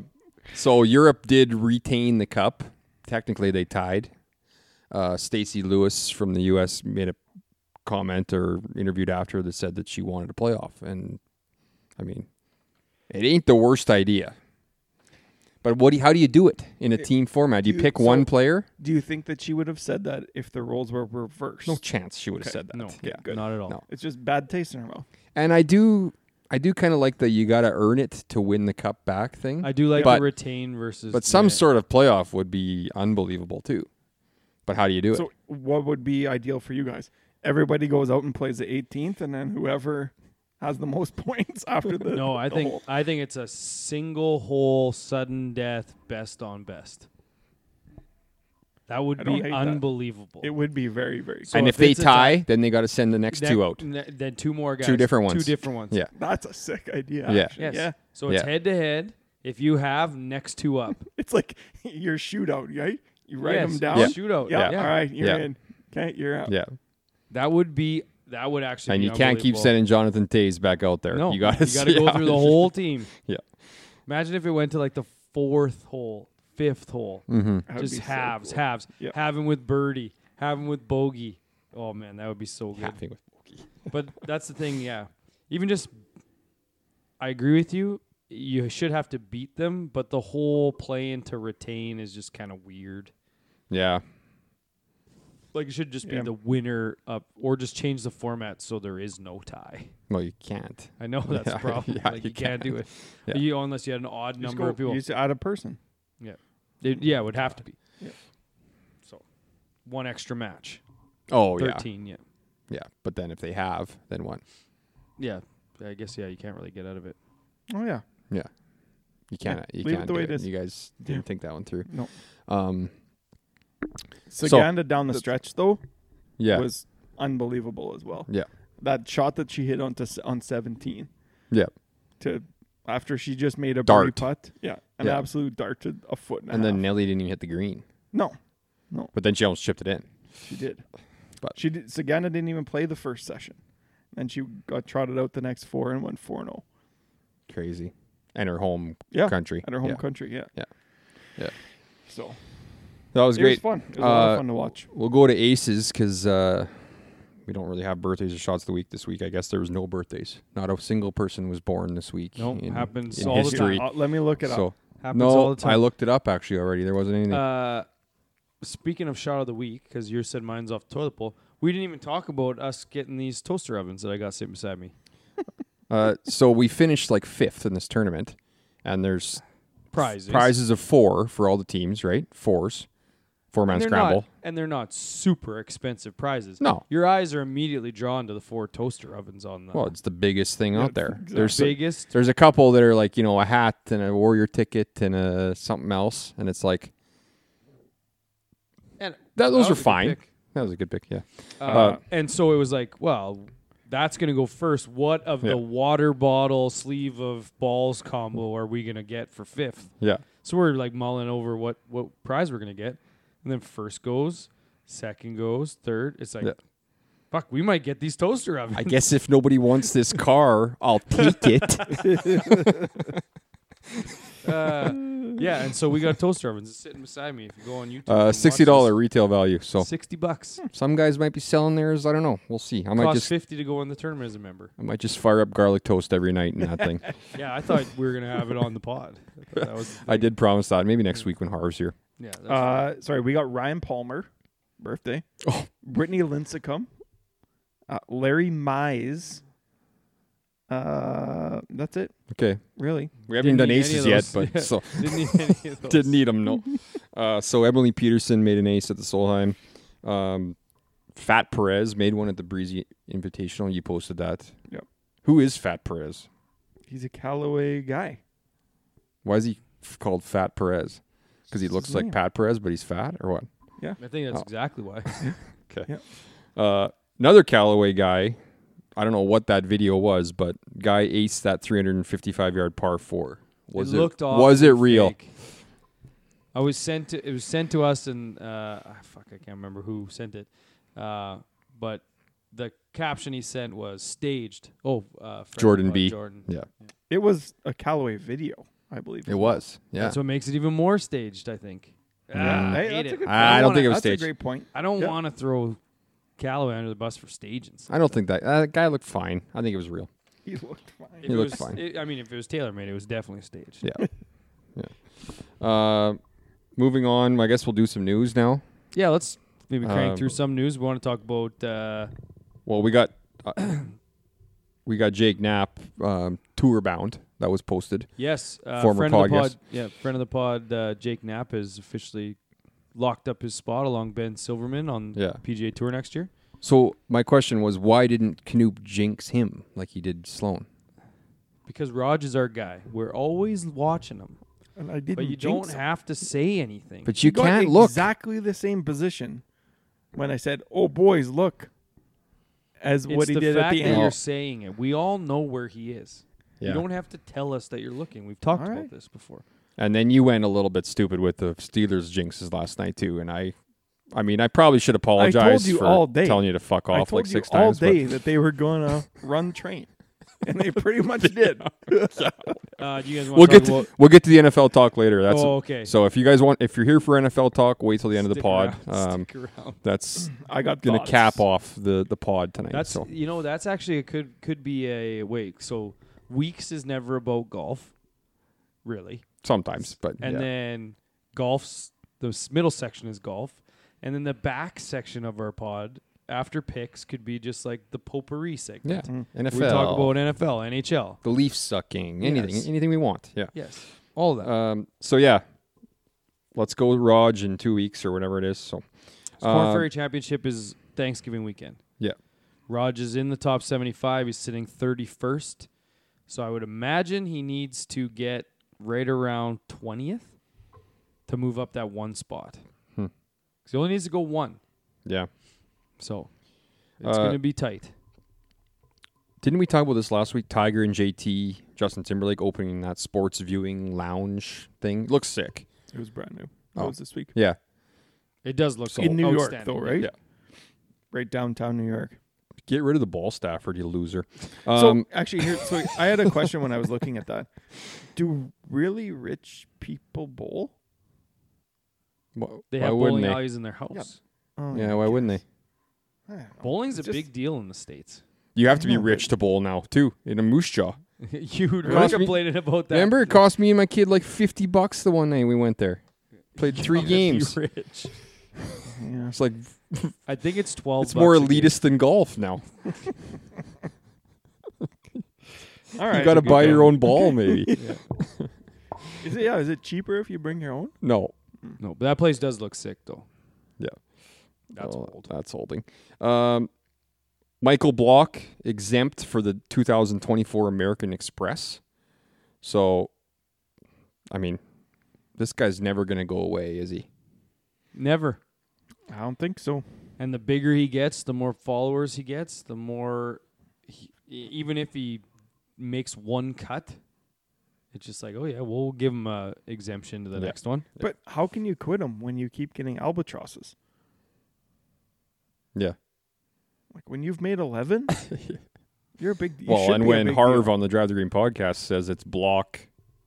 Speaker 2: so Europe did retain the cup. Technically, they tied. Uh, Stacy Lewis from the U.S. made a comment or interviewed after that said that she wanted a playoff, and I mean, it ain't the worst idea. But what? Do you, how do you do it in a team format? Do you
Speaker 3: you-
Speaker 2: pick
Speaker 3: so-
Speaker 2: one player?
Speaker 3: Do you think that she would have said that if the roles were reversed?
Speaker 2: No chance she would have
Speaker 3: Okay.
Speaker 2: said that.
Speaker 1: no,
Speaker 3: yeah, good.
Speaker 1: not at all.
Speaker 2: No.
Speaker 3: It's just bad taste in her mouth.
Speaker 2: And I do, I do kind of like the you got to earn it to win the cup back
Speaker 3: Mm-hmm.
Speaker 2: thing.
Speaker 1: I do like
Speaker 2: But-
Speaker 1: the retain versus,
Speaker 2: but some
Speaker 1: net.
Speaker 3: [laughs]
Speaker 2: sort of playoff would be unbelievable too. But how do you do it?
Speaker 3: So, what would be ideal for you guys? Everybody goes out and plays the 18th, and then whoever has the most [laughs] points after the
Speaker 1: No, I
Speaker 3: the
Speaker 1: think
Speaker 3: hole.
Speaker 1: I think it's a single hole sudden death best on best. That would
Speaker 3: I don't
Speaker 1: be
Speaker 3: hate that.
Speaker 1: unbelievable.
Speaker 3: it would be very, very.
Speaker 1: So
Speaker 2: and
Speaker 1: if
Speaker 2: if, they
Speaker 1: it's a tie-
Speaker 2: tie, then they got to send the next
Speaker 1: That-
Speaker 2: two out.
Speaker 1: n- then two more guys.
Speaker 2: different ones.
Speaker 1: Two different ones.
Speaker 2: Yeah.
Speaker 3: That's a sick idea.
Speaker 2: Yeah.
Speaker 3: actually.
Speaker 1: Yes.
Speaker 3: Yeah.
Speaker 1: So it's
Speaker 2: Yeah.
Speaker 1: head to head. If you have next two up,
Speaker 3: It's like your shootout, right? You [laughs] write
Speaker 1: Yes,
Speaker 3: them down.
Speaker 1: it's a Shootout.
Speaker 3: Yeah. All right. You're
Speaker 2: Yeah.
Speaker 3: in. Okay. You're out.
Speaker 2: Yeah,
Speaker 1: That would be. That would actually.
Speaker 2: and
Speaker 1: be
Speaker 2: you can't keep
Speaker 1: unbelievable.
Speaker 2: sending Jonathan Tays back out there.
Speaker 1: No,
Speaker 2: you got to
Speaker 1: You got
Speaker 2: [laughs]
Speaker 1: to go through the whole team.
Speaker 2: Yeah.
Speaker 1: Imagine if it went to like the fourth hole, fifth hole,
Speaker 2: Mm-hmm.
Speaker 3: That would
Speaker 1: just
Speaker 3: be so
Speaker 1: halves,
Speaker 3: cool.
Speaker 1: halves,
Speaker 3: Yep.
Speaker 1: having with birdie, having with bogey. Oh man, that would be so good.
Speaker 2: Happy with
Speaker 1: But that's the thing, yeah. Even just, I agree with you. You should have to beat them, but the whole playing to retain is just kind of weird.
Speaker 2: Yeah,
Speaker 1: Like it should just be
Speaker 3: Yeah.
Speaker 1: the winner up, or just change the format so there is no tie.
Speaker 2: well, you can't.
Speaker 1: I know [laughs] that's
Speaker 2: Yeah, [laughs]
Speaker 1: the problem.
Speaker 2: yeah,
Speaker 1: like
Speaker 2: you
Speaker 1: you can't do it.
Speaker 2: Yeah.
Speaker 1: You unless you had an odd
Speaker 3: Just
Speaker 1: number
Speaker 3: go-
Speaker 1: of people.
Speaker 3: You just add a person.
Speaker 1: It- yeah, it would have to be.
Speaker 3: Yeah.
Speaker 1: So one extra match.
Speaker 2: Oh
Speaker 1: Thirteen, yeah.
Speaker 2: yeah, yeah. But then if they have, then what?
Speaker 1: Yeah. I guess yeah, you can't really get out of it.
Speaker 3: Oh yeah.
Speaker 2: Yeah, you can't. you
Speaker 3: leave it
Speaker 2: can't
Speaker 3: the
Speaker 2: do
Speaker 3: way it is.
Speaker 2: You guys didn't think that one through.
Speaker 3: No.
Speaker 2: Um.
Speaker 3: Saganda down the stretch though
Speaker 2: Yeah.
Speaker 3: was unbelievable as well.
Speaker 2: yeah.
Speaker 3: That shot that she hit on to, s- on 17
Speaker 2: Yeah.
Speaker 3: to after she just made a birdie
Speaker 2: Dart.
Speaker 3: putt. Yeah. An
Speaker 2: Yeah.
Speaker 3: absolute dart to a foot and, a
Speaker 2: And
Speaker 1: Ah.
Speaker 2: then
Speaker 3: half.
Speaker 2: Nelly didn't even hit the green,
Speaker 3: no,
Speaker 2: but then she almost chipped it in.
Speaker 3: she did.
Speaker 2: But-
Speaker 3: she did, Saganda didn't even play the first session. Then she got trotted out the next four and oh went 4 0
Speaker 2: Crazy. And her home
Speaker 3: Yeah,
Speaker 2: country.
Speaker 3: at her home
Speaker 2: Yeah.
Speaker 3: country. Yeah.
Speaker 2: Yeah. Yeah.
Speaker 3: So it
Speaker 2: That was
Speaker 3: was,
Speaker 2: great.
Speaker 3: fun. It was a lot
Speaker 2: Uh,
Speaker 3: of fun to watch.
Speaker 2: We'll go to aces because uh, we don't really have birthdays or shots of the week this week. I guess there was no birthdays. Not a single person was born this week.
Speaker 1: No,
Speaker 2: in,
Speaker 1: happens
Speaker 2: in
Speaker 1: all the
Speaker 2: history.
Speaker 3: Uh, let me look it up.
Speaker 2: So
Speaker 1: Happens
Speaker 2: no,
Speaker 1: all the time.
Speaker 2: I looked it up actually already. There wasn't anything.
Speaker 1: Uh, speaking of shot of the week, because you said mine's off the toilet bowl, we didn't even talk about us getting these toaster ovens that I got sitting beside me.
Speaker 2: Uh, so we finished like fifth in this tournament, and there's
Speaker 1: Prizes.
Speaker 2: prizes of four for all the teams, right? Fours, four man
Speaker 1: And they're
Speaker 2: scramble.
Speaker 1: not, and they're not super expensive prizes.
Speaker 2: No.
Speaker 1: your eyes are immediately drawn to the four toaster ovens on the
Speaker 2: Well, it's the biggest thing out there.
Speaker 3: it's the
Speaker 2: There's a-
Speaker 1: biggest.
Speaker 2: there's a couple that are like you know a hat and a warrior ticket and a something else, and it's like
Speaker 1: and
Speaker 2: that,
Speaker 1: that
Speaker 2: those are
Speaker 1: was a good
Speaker 2: fine.
Speaker 1: pick.
Speaker 2: That was a good pick. Yeah.
Speaker 1: Uh, and so it was like, well, that's going to go first. What of
Speaker 2: Yeah.
Speaker 1: the water bottle sleeve of balls combo are we going to get for fifth?
Speaker 2: Yeah.
Speaker 1: So we're like mulling over what what prize we're going to get. And then first goes, second goes, third. It's like,
Speaker 2: Yeah.
Speaker 1: fuck, we might get these toaster ovens.
Speaker 2: I guess if nobody wants this car, I'll take
Speaker 1: [laughs]
Speaker 2: it.
Speaker 1: uh, yeah, and so we got toaster ovens It's sitting beside me. If you go on YouTube,
Speaker 2: Uh,
Speaker 1: and
Speaker 2: sixty dollar
Speaker 1: watch
Speaker 2: retail value. So
Speaker 1: this, sixty bucks.
Speaker 2: some guys might be selling theirs. I don't know. We'll see. I might
Speaker 1: Cost
Speaker 2: just
Speaker 1: fifty to go in the tournament as a member.
Speaker 2: I might just fire up garlic toast every night and that
Speaker 1: [laughs]
Speaker 2: thing.
Speaker 1: Yeah, I thought we were gonna have it on the pod. I thought That was
Speaker 2: [laughs] I did promise that. Maybe next week when Harv's here.
Speaker 1: yeah. That's
Speaker 3: Uh, sorry, we got Ryan Palmer, birthday.
Speaker 2: [laughs] Oh.
Speaker 3: Brittany Lincecum, uh, Larry Mize. Uh, that's it,
Speaker 2: Okay.
Speaker 3: really.
Speaker 2: We haven't even done
Speaker 1: need any of
Speaker 2: aces yet,
Speaker 1: those. [laughs]
Speaker 2: but so
Speaker 1: didn't need any of those.
Speaker 2: didn't need
Speaker 1: [laughs]
Speaker 2: them. No. Uh, so Emily Peterson made an ace at the Solheim. Um, Fat Perez made one at the Breezy Invitational. You posted that.
Speaker 3: Yep.
Speaker 2: Who is Fat Perez?
Speaker 3: He's a Callaway guy.
Speaker 2: Why is he f- called Fat Perez? Because he
Speaker 3: It's
Speaker 2: looks
Speaker 3: his
Speaker 2: like
Speaker 3: name.
Speaker 2: Pat Perez, but he's fat, or what?
Speaker 1: I think that's
Speaker 2: Oh.
Speaker 1: exactly why.
Speaker 2: Okay.
Speaker 3: Yeah.
Speaker 2: Uh, another Callaway guy. I don't know what that video was, but guy aced that 355 yard par four. Was
Speaker 1: it,
Speaker 2: it,
Speaker 1: looked off.
Speaker 2: was it
Speaker 1: and
Speaker 2: real?
Speaker 1: fake. I was sent. To, it was sent to us, and uh, ah, fuck, I can't remember who sent it. Uh, but the caption he sent was staged. Oh, uh, friend of
Speaker 2: Jordan
Speaker 1: mine,
Speaker 2: B.
Speaker 1: Jordan.
Speaker 2: Yeah,
Speaker 3: It was a Callaway video, I believe.
Speaker 2: it was. Yeah,
Speaker 1: That's what makes it even more staged. I think. Ah,
Speaker 2: Yeah.
Speaker 1: I
Speaker 3: Hey,
Speaker 1: hate
Speaker 3: that's
Speaker 1: it.
Speaker 3: a good point.
Speaker 2: I don't think it was
Speaker 3: that's
Speaker 2: staged.
Speaker 3: a great point. [laughs]
Speaker 1: I don't
Speaker 3: Yeah.
Speaker 1: want to throw Callaway under the bus for staging.
Speaker 2: I don't think that that guy looked fine. I think it was real.
Speaker 3: He looked fine.
Speaker 1: If it
Speaker 2: looked
Speaker 1: was,
Speaker 2: fine.
Speaker 1: It, I mean, if it was tailor made, it was definitely staged.
Speaker 2: Yeah.
Speaker 1: [laughs]
Speaker 2: Uh, moving on, I guess we'll do some news now.
Speaker 1: Yeah, let's maybe crank
Speaker 2: Um,
Speaker 1: through some news. We want to talk about. Uh,
Speaker 2: Well, we got uh, [coughs] we got Jake Knapp um, tour bound that was posted.
Speaker 1: Yes, uh,
Speaker 2: Former
Speaker 1: friend
Speaker 2: pod
Speaker 1: of the pod.
Speaker 2: guest.
Speaker 1: Yeah, friend of the pod, uh, Jake Knapp has officially locked up his spot along Ben Silverman on
Speaker 2: Yeah.
Speaker 1: PGA Tour next year.
Speaker 2: So my question was, why didn't Knoop jinx him like he did Sloan?
Speaker 1: Because Raj is our guy. We're always watching him,
Speaker 3: And I didn't
Speaker 1: but you
Speaker 3: jinx
Speaker 1: don't
Speaker 3: him.
Speaker 1: have to say anything.
Speaker 2: But you
Speaker 3: got
Speaker 2: can't
Speaker 3: exactly
Speaker 2: look.
Speaker 3: the same position when I said, "Oh boys, look," as
Speaker 1: it's
Speaker 3: what he
Speaker 1: the
Speaker 3: did
Speaker 1: fact
Speaker 3: at the
Speaker 1: that
Speaker 3: end.
Speaker 1: you're saying it. We all know where he is.
Speaker 2: Yeah.
Speaker 1: You don't have to tell us that you're looking. We've talked
Speaker 3: All
Speaker 1: about
Speaker 3: right.
Speaker 1: this before.
Speaker 2: And then you went a little bit stupid with the Steelers jinxes last night too. And I, I mean, I probably should apologize
Speaker 3: you
Speaker 2: for
Speaker 3: all day.
Speaker 2: telling you to fuck
Speaker 3: I
Speaker 2: off
Speaker 3: told
Speaker 2: like six
Speaker 3: you all
Speaker 2: times. but-
Speaker 3: day that they were going to [laughs] run train, and they pretty
Speaker 1: [laughs]
Speaker 3: much did.
Speaker 1: Uh, do you guys want
Speaker 2: We'll
Speaker 1: to
Speaker 2: get to, we'll get to the NFL talk later. That's
Speaker 1: Oh, okay.
Speaker 2: So if you guys want, if you're here for NFL talk, wait till the end of the
Speaker 1: Stick
Speaker 2: pod.
Speaker 1: around,
Speaker 2: Um,
Speaker 1: [laughs] stick around.
Speaker 2: that's
Speaker 3: I got
Speaker 2: gonna
Speaker 3: thoughts.
Speaker 2: cap off the the pod tonight.
Speaker 1: That's
Speaker 2: so
Speaker 1: you know that's actually it could could be a wait. So weeks is never about golf, really.
Speaker 2: sometimes, but
Speaker 1: and
Speaker 2: yeah.
Speaker 1: then golf's the s- middle section is golf, and then the back section of our pod after picks could be just like the potpourri segment.
Speaker 2: yeah, NFL.
Speaker 1: We talk about NFL, NHL,
Speaker 2: the Leafs sucking, anything,
Speaker 1: Yes.
Speaker 2: anything we want. Yeah.
Speaker 1: yes, all of that.
Speaker 2: Um. So yeah, let's go with Raj in two weeks or whatever it is. So
Speaker 1: So Corn
Speaker 2: um,
Speaker 1: Ferry Championship is Thanksgiving weekend.
Speaker 2: yeah,
Speaker 1: Raj is in the top 75. He's sitting 31st. So I would imagine he needs to get right around 20th to move up that one spot.
Speaker 2: Hmm.
Speaker 1: 'Cause He only needs to go one.
Speaker 2: yeah.
Speaker 1: So it's
Speaker 2: Uh,
Speaker 1: going to be tight.
Speaker 2: Didn't we talk about this last week? Tiger and JT, Justin Timberlake opening that sports viewing lounge thing. Looks sick.
Speaker 3: It was brand new.
Speaker 2: Oh.
Speaker 3: That was this week
Speaker 2: Yeah.
Speaker 1: It does look
Speaker 3: in New York,
Speaker 1: outstanding.
Speaker 3: though, right?
Speaker 2: Yeah.
Speaker 3: Right downtown New York.
Speaker 2: Get rid of the ball Stafford, you loser.
Speaker 3: So
Speaker 2: Um,
Speaker 3: actually, here, so I had a question when I was looking at that. Do really rich people bowl?
Speaker 2: wh-
Speaker 1: They
Speaker 2: why
Speaker 1: have
Speaker 2: wouldn't
Speaker 1: bowling
Speaker 2: they?
Speaker 1: alleys in their house.
Speaker 3: Oh,
Speaker 2: Yeah, why wouldn't they?
Speaker 3: I don't know.
Speaker 1: Bowling's a
Speaker 3: Just-
Speaker 1: big deal in the States. [laughs]
Speaker 2: You have to be
Speaker 3: No, but-
Speaker 2: rich to bowl now, too, in a moose jaw.
Speaker 1: you would
Speaker 2: Really?
Speaker 1: complaining about that.
Speaker 2: Remember, it cost me and my kid like 50 bucks the one night we went there.
Speaker 1: [laughs]
Speaker 2: Played three
Speaker 1: You'd be
Speaker 2: games.
Speaker 1: Rich.
Speaker 3: Yeah.
Speaker 2: It's like,
Speaker 1: I think it's 12
Speaker 2: it's more
Speaker 1: bucks a game.
Speaker 2: elitist than golf now.
Speaker 3: All right.
Speaker 2: you got to
Speaker 1: good
Speaker 2: buy your
Speaker 1: call.
Speaker 2: own
Speaker 1: [laughs]
Speaker 2: ball, maybe.
Speaker 3: Is it? Yeah. Is it cheaper if you bring your own?
Speaker 2: no.
Speaker 1: No, but that place does look sick though.
Speaker 2: Yeah. Oh.
Speaker 1: That's
Speaker 2: Well,
Speaker 1: old.
Speaker 2: That's holding. Um, Michael Block exempt for the 2024 American Express. So, I mean, this guy's never going to go away, is he?
Speaker 1: Never.
Speaker 3: I don't think so.
Speaker 1: And the bigger he gets, the more followers he gets, the more he, e- even if he makes one cut, it's just like, oh yeah, we'll give him a exemption to the
Speaker 2: Yeah.
Speaker 1: next one.
Speaker 3: But how can you quit them when you keep getting albatrosses?
Speaker 2: Yeah.
Speaker 3: Like when you've
Speaker 2: [laughs]
Speaker 3: made eleven, you're a big. You
Speaker 2: well,
Speaker 3: should
Speaker 2: and
Speaker 3: be a
Speaker 2: when
Speaker 3: big
Speaker 2: Harv
Speaker 3: deal.
Speaker 2: on the Drive the Green podcast says it's Block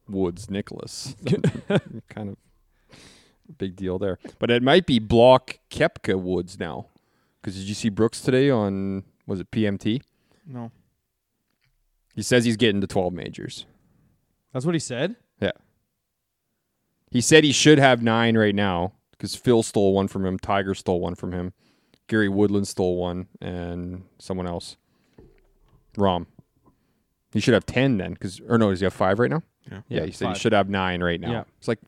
Speaker 2: Woods
Speaker 3: [laughs]
Speaker 2: Nicholas, kind of big deal there. But it might be Block Kepka Woods now. Because did you see Brooks today on, was it PMT?
Speaker 3: no,
Speaker 2: He says he's getting to 12 majors.
Speaker 1: That's what he said.
Speaker 2: Yeah. He said he should have nine right now because Phil stole one from him, Tiger stole one from him, Gary Woodland stole one, and someone else. Rom. He should have ten then, because or no, does he have five right now? Yeah, he said
Speaker 1: five.
Speaker 2: he should have nine right now.
Speaker 1: Yeah.
Speaker 2: It's like,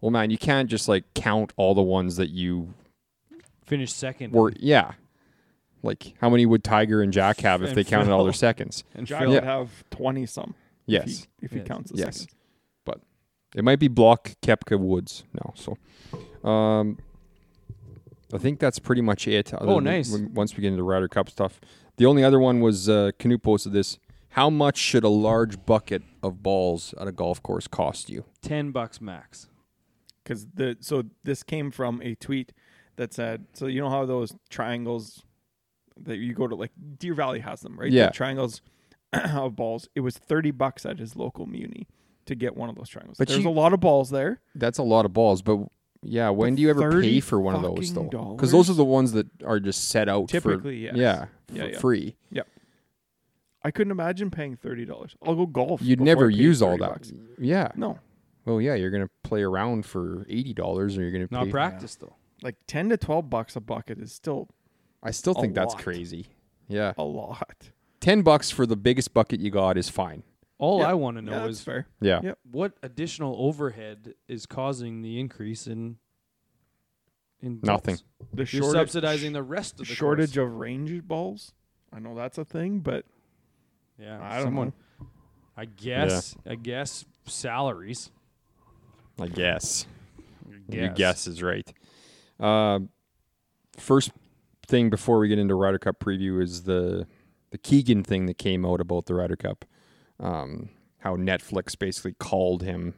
Speaker 2: well, man, you can't just like count all the ones that you
Speaker 1: Finished second.
Speaker 2: were. Yeah. Like, how many would Tiger and Jack have if
Speaker 1: And
Speaker 2: they counted all
Speaker 1: Phil.
Speaker 2: their seconds?
Speaker 1: and
Speaker 3: Jack
Speaker 1: Phil-
Speaker 3: would have twenty some.
Speaker 2: Yes.
Speaker 3: if he, if he
Speaker 1: Yes.
Speaker 3: counts the
Speaker 2: Yes.
Speaker 3: seconds.
Speaker 2: It might be Block Kepka Woods now. So, um, I think that's pretty much it. other
Speaker 1: Oh,
Speaker 2: than
Speaker 1: nice.
Speaker 2: when- once we get into Ryder Cup stuff, the only other one was uh, Canoe posted this. How much should a large bucket of balls at a golf course cost you?
Speaker 1: Ten bucks max.
Speaker 3: because the so this came from a tweet that said so you know how those triangles that you go to like Deer Valley has them right
Speaker 2: Yeah.
Speaker 3: the triangles [clears throat] of balls it was thirty bucks at his local muni to get one of those triangles
Speaker 2: But
Speaker 3: there's
Speaker 2: you-
Speaker 3: a lot of balls there
Speaker 2: That's a lot of balls, but yeah, when do you ever
Speaker 3: 30
Speaker 2: pay for one of those though?
Speaker 3: fucking
Speaker 2: Because those are the ones that are just set out
Speaker 3: typically
Speaker 2: for
Speaker 3: yes.
Speaker 2: yeah,
Speaker 3: Yeah,
Speaker 2: for
Speaker 3: yeah.
Speaker 2: free.
Speaker 3: I couldn't imagine paying thirty dollars I'll go golf
Speaker 2: You'd
Speaker 3: before
Speaker 2: never
Speaker 3: I pay
Speaker 2: use all
Speaker 3: 30
Speaker 2: that.
Speaker 3: bucks.
Speaker 2: Yeah.
Speaker 3: no
Speaker 2: Well, yeah, you're gonna play around for eighty dollars, or you're gonna
Speaker 1: Not
Speaker 2: pay.
Speaker 1: practice though.
Speaker 3: like ten to twelve bucks a bucket is still
Speaker 2: I still
Speaker 3: A
Speaker 2: think that's
Speaker 3: lot.
Speaker 2: crazy. Yeah,
Speaker 3: a lot
Speaker 2: ten bucks for the biggest bucket you got is fine.
Speaker 1: All
Speaker 3: Yeah.
Speaker 1: I want to know
Speaker 3: yeah, that's
Speaker 1: is
Speaker 3: fair
Speaker 2: Yeah,
Speaker 3: Yep.
Speaker 1: what additional overhead is causing the increase in in balls?
Speaker 2: Nothing.
Speaker 3: the
Speaker 1: You're
Speaker 3: shortage,
Speaker 1: subsidizing the rest of the
Speaker 3: shortage
Speaker 1: course.
Speaker 3: of range balls I know that's a thing but
Speaker 1: yeah.
Speaker 3: I don't
Speaker 1: someone,
Speaker 3: know.
Speaker 1: I guess. I guess salaries.
Speaker 2: I guess.
Speaker 1: Guess.
Speaker 2: Your guess is right. Uh, first thing before we get into Ryder Cup preview is the the Keegan thing that came out about the Ryder Cup. Um, how Netflix basically called him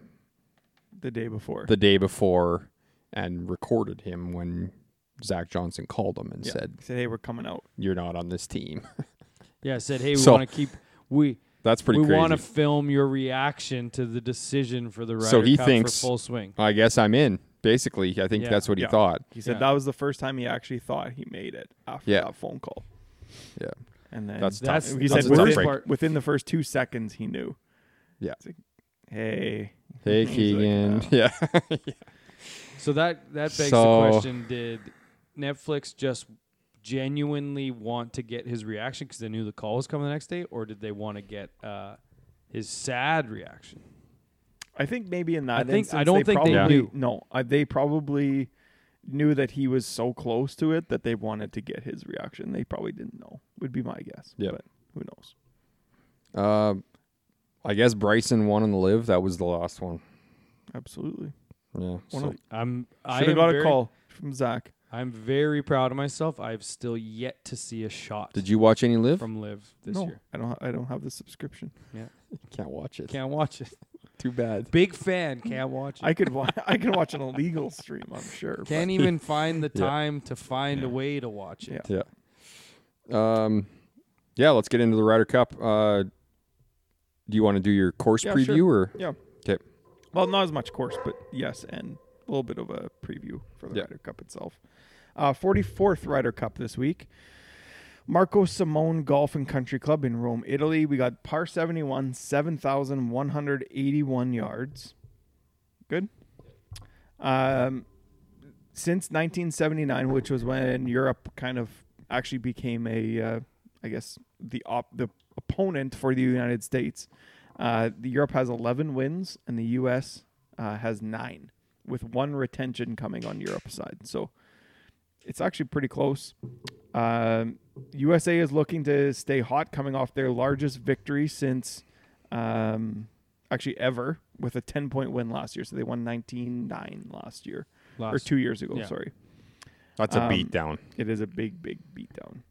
Speaker 3: the day before
Speaker 2: the day before and recorded him when Zach Johnson called him and
Speaker 3: Yeah.
Speaker 2: said,
Speaker 3: He said, "Hey, we're coming out."
Speaker 2: "You're not on this team." [laughs]
Speaker 1: Yeah, I said, hey, we
Speaker 2: So-
Speaker 1: want to keep we
Speaker 2: That's pretty
Speaker 1: we
Speaker 2: crazy.
Speaker 1: want to film your reaction to the decision for the Ryder
Speaker 2: So he
Speaker 1: Cup
Speaker 2: thinks-
Speaker 1: for full swing.
Speaker 2: I guess I'm in. Basically, I think
Speaker 1: Yeah.
Speaker 2: that's what he
Speaker 3: Yeah.
Speaker 2: thought.
Speaker 3: He said
Speaker 1: Yeah.
Speaker 3: that was the first time he actually thought he made it after
Speaker 2: Yeah.
Speaker 3: that phone call.
Speaker 2: Yeah.
Speaker 3: And then
Speaker 2: That's
Speaker 1: That's
Speaker 2: tough.
Speaker 3: he
Speaker 2: that's
Speaker 3: said
Speaker 1: the
Speaker 2: a tough
Speaker 1: worst
Speaker 3: within,
Speaker 2: break.
Speaker 1: part.
Speaker 3: within the first two seconds he knew.
Speaker 2: Yeah.
Speaker 3: It's like, hey,
Speaker 2: Hey,
Speaker 3: He's like,
Speaker 2: Keegan.
Speaker 3: "Uh,
Speaker 2: yeah.
Speaker 1: So that that begs
Speaker 2: So-
Speaker 1: the question: Did Netflix just genuinely want to get his reaction because they knew the call was coming the next day, or did they want to get uh, his sad reaction?
Speaker 3: I think maybe in that.
Speaker 1: I think- I
Speaker 3: instance,
Speaker 1: don't
Speaker 3: they
Speaker 1: think
Speaker 3: probably,
Speaker 1: they knew.
Speaker 3: No, uh, they probably knew that he was so close to it that they wanted to get his reaction. They probably didn't know. Would be my guess.
Speaker 2: Yeah.
Speaker 3: But who knows?
Speaker 2: [laughs] Uh, I guess Bryson won on the live. That was the last one.
Speaker 3: Absolutely.
Speaker 2: Yeah.
Speaker 3: One
Speaker 2: so-
Speaker 3: of
Speaker 1: I'm I
Speaker 3: should
Speaker 1: am
Speaker 3: have got
Speaker 1: very,
Speaker 3: a call from Zach.
Speaker 1: I'm very proud of myself. I've still yet to see a shot
Speaker 2: Did you watch any live?
Speaker 1: from Live this
Speaker 3: no,
Speaker 1: year.
Speaker 3: I don't. I don't have the subscription.
Speaker 1: [laughs]
Speaker 2: Can't watch it.
Speaker 1: Can't watch it.
Speaker 2: Too
Speaker 1: [laughs]
Speaker 2: bad.
Speaker 1: Big fan. Can't watch it.
Speaker 3: I could. Wa- [laughs] I could watch an illegal stream. I'm sure.
Speaker 1: [laughs]
Speaker 3: but-
Speaker 1: Can't even [laughs] find the
Speaker 2: Yeah.
Speaker 1: time to find a way to watch it.
Speaker 3: Yeah.
Speaker 2: Um, yeah. Let's get into the Ryder Cup. Uh, do you want to do your course
Speaker 3: Yeah,
Speaker 2: preview
Speaker 3: sure.
Speaker 2: or?
Speaker 3: Yeah.
Speaker 2: 'Kay.
Speaker 3: Well, not as much course, but yes, and a little bit of a preview for the
Speaker 2: Yeah.
Speaker 3: Ryder Cup itself. Uh, 44th Ryder Cup this week. Marco Simone Golf and Country Club in Rome, Italy. We got par 71, 7,181 yards. Good. Um, since 1979, which was when Europe kind of actually became a, uh, I guess the op- the opponent for the United States. Uh, the Europe has 11 wins and the U.S. Uh, has nine, with one retention coming on Europe's side. So it's actually pretty close. Um, USA is looking to stay hot, coming off their largest victory since um, actually ever, with a 10 point win last year. So they won 19 9 last year
Speaker 1: Last
Speaker 3: or two years ago.
Speaker 1: yeah.
Speaker 3: Sorry,
Speaker 2: That's a
Speaker 3: Um,
Speaker 2: beat down.
Speaker 3: it is a big, big beatdown.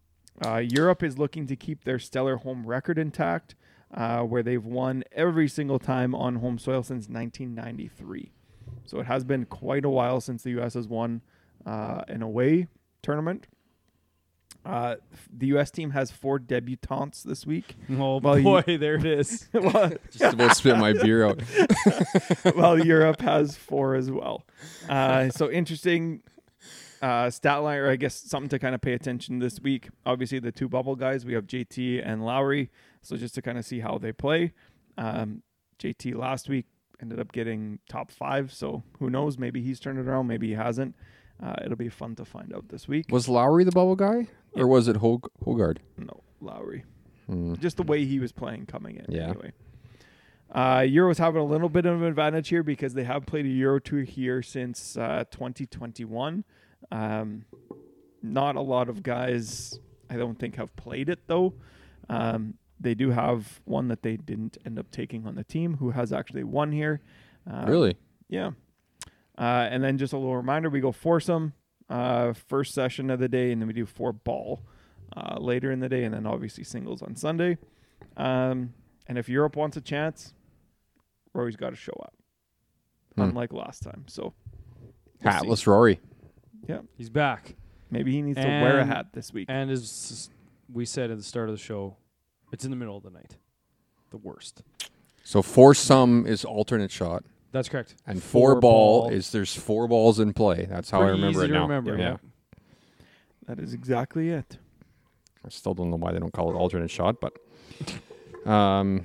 Speaker 3: Uh, Europe is looking to keep their stellar home record intact, uh, where they've won every single time on home soil since 1993. So it has been quite a while since the U.S. has won uh, an away tournament. Uh, the U.S. team has four debutantes this week.
Speaker 1: Oh
Speaker 3: Well, you-
Speaker 1: boy, there it [laughs] is.
Speaker 3: well,
Speaker 2: [laughs] Just about spit my beer out.
Speaker 3: well, Europe has four as well. Uh, so interesting uh, stat line, or I guess something to kind of pay attention this week. Obviously, the two bubble guys, we have JT and Lowry. So just to kind of see how they play. Um, JT last week ended up getting top five. So who knows? Maybe he's turned it around. Maybe he hasn't. Uh, it'll be fun to find out this week.
Speaker 2: Was Lowry the bubble guy, or was it Hog- Hogard?
Speaker 3: No, Lowry.
Speaker 2: Hmm.
Speaker 3: just the way he was playing coming in.
Speaker 2: Yeah.
Speaker 3: Anyway. Uh, Euro's having a little bit of an advantage here because they have played a Euro tour here since uh, 2021. Um, not a lot of guys, I don't think, have played it though. Um, they do have one that they didn't end up taking on the team who has actually won here. Uh,
Speaker 2: Really?
Speaker 3: yeah. Uh, and then just a little reminder, we go foursome uh, first session of the day, and then we do four ball uh, later in the day, and then obviously singles on Sunday. Um, and if Europe wants a chance, Rory's got to show up,
Speaker 2: Hmm.
Speaker 3: unlike last time. So we'll see.
Speaker 2: Hatless Rory.
Speaker 1: He's back.
Speaker 3: maybe he needs to wear a
Speaker 1: And-
Speaker 3: hat this week.
Speaker 1: And as we said at the start of the show, it's in the middle of the night. The worst.
Speaker 2: So four sum is alternate shot,
Speaker 1: That's correct.
Speaker 2: and four, ball,
Speaker 1: ball.
Speaker 2: is there's four balls in play. That's how I
Speaker 1: Pretty
Speaker 2: remember
Speaker 1: easy
Speaker 2: it
Speaker 1: to
Speaker 2: now.
Speaker 1: remember,
Speaker 2: yeah.
Speaker 1: yeah.
Speaker 3: That is exactly it.
Speaker 2: I still don't know why they don't call it alternate shot, but um,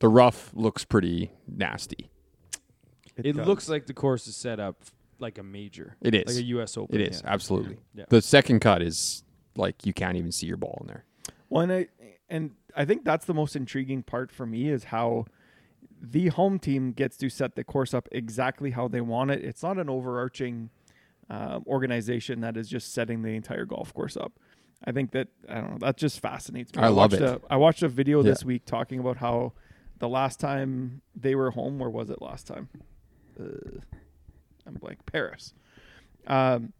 Speaker 2: the rough looks pretty nasty.
Speaker 1: It
Speaker 3: does.
Speaker 1: looks like the course is set up like a major.
Speaker 2: It is.
Speaker 1: Like a U.S. Open.
Speaker 2: it is
Speaker 1: yeah.
Speaker 2: absolutely.
Speaker 1: Yeah.
Speaker 2: The second cut is like you can't even see your ball in there.
Speaker 3: Well, and I, and I think that's the most intriguing part for me is how the home team gets to set the course up exactly how they want it. It's not an overarching um, organization that is just setting the entire golf course up. I think that I don't know. That just fascinates me.
Speaker 2: I love it.
Speaker 3: watched A, I watched a video
Speaker 2: Yeah.
Speaker 3: this week talking about how the last time they were home, where was it last time? Uh, I'm blank. Paris. Um,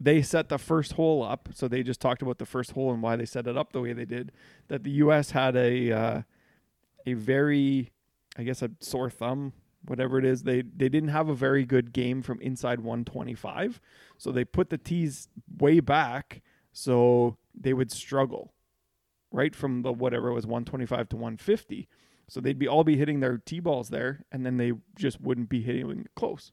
Speaker 3: they set the first hole up. So they just talked about the first hole and why they set it up the way they did. That the U.S. had a uh, a very, I guess, a sore thumb, whatever it is. They they didn't have a very good game from inside 125, so they put the tees way back, so they would struggle, right from the whatever it was 125 to 150. So they'd be all be hitting their tee balls there, and then they just wouldn't be hitting it close.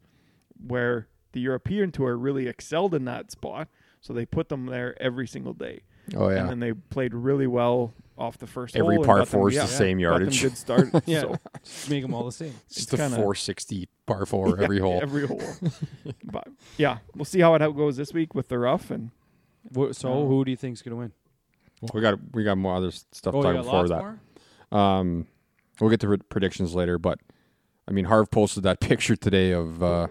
Speaker 3: Where the European tour really excelled in that spot, so they put them there every single day
Speaker 2: Oh
Speaker 3: and then they played really well off the first
Speaker 2: Every
Speaker 3: hole and
Speaker 2: par
Speaker 3: got them-
Speaker 2: four is the
Speaker 3: yeah,
Speaker 2: same
Speaker 3: got them
Speaker 2: yardage. [laughs]
Speaker 3: good start.
Speaker 1: Yeah. [laughs]
Speaker 3: So
Speaker 1: Just make them all the same.
Speaker 2: it's just a
Speaker 3: kinda-
Speaker 2: 460 par four
Speaker 3: yeah,
Speaker 2: every hole.
Speaker 3: every hole. [laughs] but yeah, we'll see how it out- goes this week with the rough and
Speaker 1: Wha- So
Speaker 3: Oh.
Speaker 1: who do you think's going to win?
Speaker 2: We got we got more other stuff
Speaker 1: oh,
Speaker 2: talking
Speaker 1: yeah,
Speaker 2: before
Speaker 1: lots
Speaker 2: that.
Speaker 1: more?
Speaker 2: Um, we'll get to re- predictions later, but I mean, Harv posted that [laughs] picture today of uh,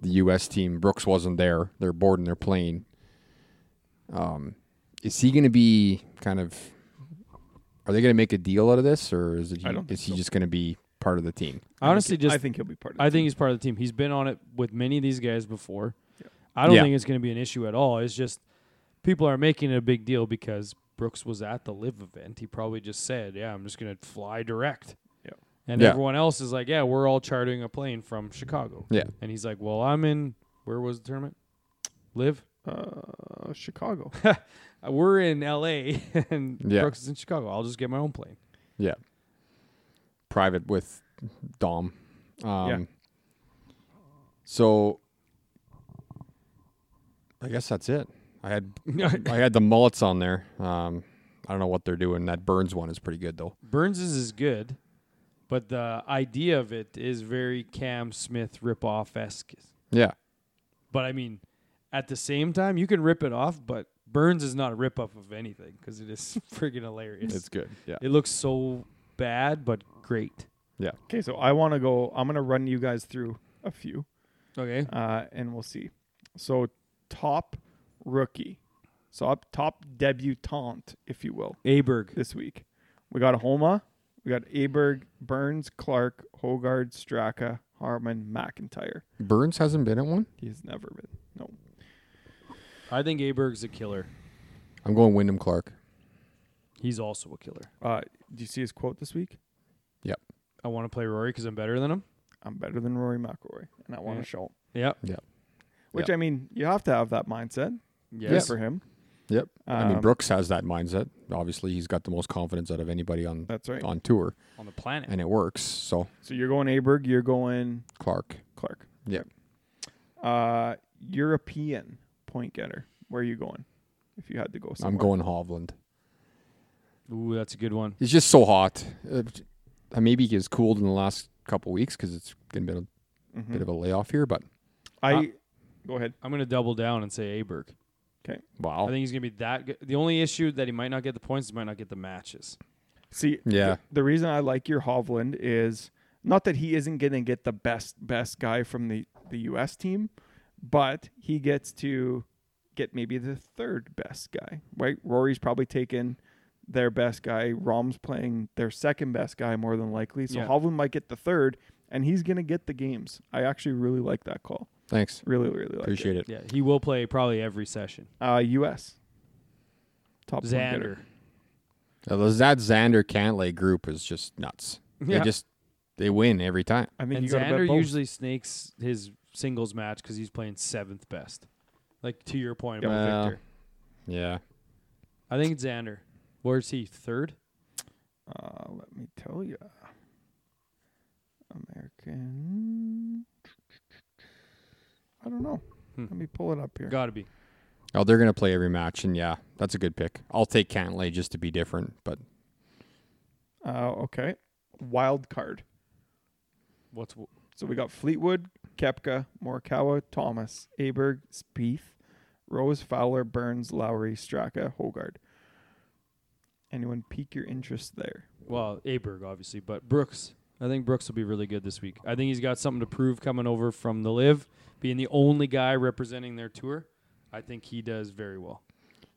Speaker 2: the U.S. team. Brooks wasn't there; they're boarding their plane. Um, is he going to be kind of? Are they going to make a deal out of this, or is it?
Speaker 3: I don't think
Speaker 2: is he
Speaker 3: so.
Speaker 2: just going to be part of the team?
Speaker 1: I honestly
Speaker 3: I
Speaker 1: just
Speaker 3: think he'll be part of.
Speaker 1: I
Speaker 3: the team.
Speaker 1: think he's part of the team. He's been on it with many of these guys before. I don't
Speaker 2: Yeah.
Speaker 1: think it's going to be an issue at all. It's just people are making it a big deal because Brooks was at the live event. He probably just said, "Yeah, I'm just going to fly direct."
Speaker 3: Yeah.
Speaker 1: And
Speaker 2: Yeah.
Speaker 1: everyone else is like, "Yeah, we're all chartering a plane from Chicago."
Speaker 2: Yeah.
Speaker 1: And he's like, "Well, I'm in where was the tournament? Live. [laughs]
Speaker 3: uh, Chicago.
Speaker 1: Uh, We're in L.A. [laughs] and
Speaker 2: Yeah.
Speaker 1: Brooks is in Chicago. I'll just get my own plane." [laughs]
Speaker 2: Yeah. Private with Dom. Um,
Speaker 3: Yeah.
Speaker 2: So I guess that's it. I had I had the mullets on there. Um, I don't know what they're doing. That Burns one is pretty good though.
Speaker 1: Burns's is good, but the idea of it is very Cam Smith ripoff esque.
Speaker 2: Yeah.
Speaker 1: But I mean, at the same time, you can rip it off, but Burns is not a rip off of anything because it is [laughs] friggin' hilarious.
Speaker 2: good. Yeah.
Speaker 1: it looks so bad, but great.
Speaker 3: Okay, so I want to go. I'm gonna run you guys through a few,
Speaker 1: Okay.
Speaker 3: uh, and we'll see. So top rookie, so up top debutante, if you will.
Speaker 1: Aberg.
Speaker 3: this week. We got Homa, we got Aberg, Burns, Clark, Hogard, Straka, Harmon, McIntyre.
Speaker 2: Burns hasn't been at one.
Speaker 3: He's never been. No.
Speaker 1: I think Aberg's a killer.
Speaker 2: I'm going Wyndham Clark.
Speaker 1: He's also a killer.
Speaker 3: Uh, do you see his quote this week?
Speaker 1: I want to play Rory because I'm better than him.
Speaker 3: I'm better than Rory McIlroy, and I want
Speaker 1: Yeah.
Speaker 3: to show him.
Speaker 1: Yep.
Speaker 3: Which I mean, you have to have that mindset. Good
Speaker 1: Yes.
Speaker 3: for him.
Speaker 2: Yep. I mean
Speaker 3: Um,
Speaker 2: Brooks has that mindset. Obviously, he's got the most confidence out of anybody on
Speaker 3: That's right.
Speaker 2: on tour,
Speaker 1: On the planet.
Speaker 2: and it works. So
Speaker 3: So you're going Aberg, you're going
Speaker 2: Clark.
Speaker 3: Clark.
Speaker 2: Yep.
Speaker 3: Uh, European point getter. Where are you going? If you had to go somewhere,
Speaker 2: I'm going Hovland.
Speaker 1: Ooh, that's a good one.
Speaker 2: It's just so hot. Uh, I maybe it's cooled in the last couple weeks because it's been a bit of,
Speaker 3: Mhm.
Speaker 2: bit of a layoff here, but
Speaker 3: I
Speaker 1: Uh,
Speaker 3: go ahead.
Speaker 1: I'm going to double down and say Aberg. I
Speaker 2: wow.
Speaker 1: think he's going to be that good. The only issue that he might not get the points, he might not get the matches.
Speaker 3: See,
Speaker 2: Yeah.
Speaker 3: th- the reason I like your Hovland is not that he isn't going to get the best best guy from the the U.S. team, but he gets to get maybe the third best guy. Right? Rory's probably taken their best guy. Rom's playing their second best guy more than likely. So
Speaker 1: Yeah.
Speaker 3: Hovland might get the third, and he's going to get the games. I actually really like that call.
Speaker 2: Thanks.
Speaker 3: Really, really like
Speaker 2: Appreciate it.
Speaker 1: Yeah, he will play probably every session.
Speaker 3: it. Uh, U.S. top point getter.
Speaker 1: Xander.
Speaker 2: Uh, those- that Xander Cantlay group is just nuts.
Speaker 1: Yeah.
Speaker 2: They just they win every time.
Speaker 3: I think
Speaker 1: and
Speaker 3: you got to bet
Speaker 1: Xander
Speaker 3: both.
Speaker 1: usually snakes his singles match because he's playing seventh best. Like to your point, with
Speaker 2: Well,
Speaker 1: Victor.
Speaker 2: Yeah.
Speaker 1: I think it's Xander. Where's he? Third?
Speaker 3: Uh, let me tell you, American. I don't know.
Speaker 1: Hmm.
Speaker 3: Let me pull it up here.
Speaker 1: Gotta be.
Speaker 2: Oh, they're gonna play every match, and yeah, that's a good pick. I'll take Cantlay just to be different, but
Speaker 3: Uh, okay, wild card.
Speaker 1: What's w-
Speaker 3: So we got Fleetwood, Kepka, Morikawa, Thomas, Aberg, Spieth, Rose, Fowler, Burns, Lowry, Straka, Hogard. Anyone pique your interest there?
Speaker 1: well Aberg obviously, but Brooks. I think Brooks will be really good this week. I think he's got something to prove coming over from the live, being the only guy representing their tour. I think he does very well.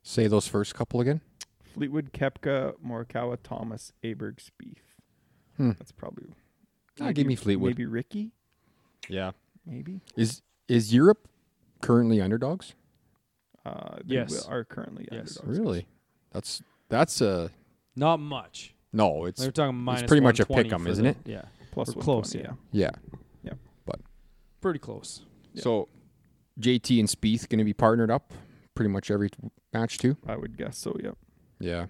Speaker 2: say those first couple again.
Speaker 3: Fleetwood, Kepka, Morikawa, Thomas, Aberg, Spieth.
Speaker 2: Hmm.
Speaker 3: That's probably.
Speaker 2: Ah, give me Fleetwood.
Speaker 3: Maybe Ricky.
Speaker 2: Yeah.
Speaker 3: Maybe.
Speaker 2: Is is Europe currently underdogs?
Speaker 3: Uh, they
Speaker 1: Yes.
Speaker 3: wi- are currently
Speaker 1: Yes.
Speaker 3: underdogs.
Speaker 2: Really? That's that's a
Speaker 1: Not much.
Speaker 2: no. It's
Speaker 1: They were talking minus.
Speaker 2: pretty much a
Speaker 1: 120
Speaker 2: pick 'em,
Speaker 1: for
Speaker 2: isn't
Speaker 1: the-
Speaker 2: it?
Speaker 1: Yeah,
Speaker 3: Plus
Speaker 1: We're
Speaker 3: 120,
Speaker 1: close, yeah.
Speaker 3: Yeah.
Speaker 2: yeah.
Speaker 1: pretty close.
Speaker 3: Yeah.
Speaker 2: So JT and Spieth going to be partnered up pretty much every t- match too.
Speaker 3: I would guess so. Yeah.
Speaker 2: Yeah.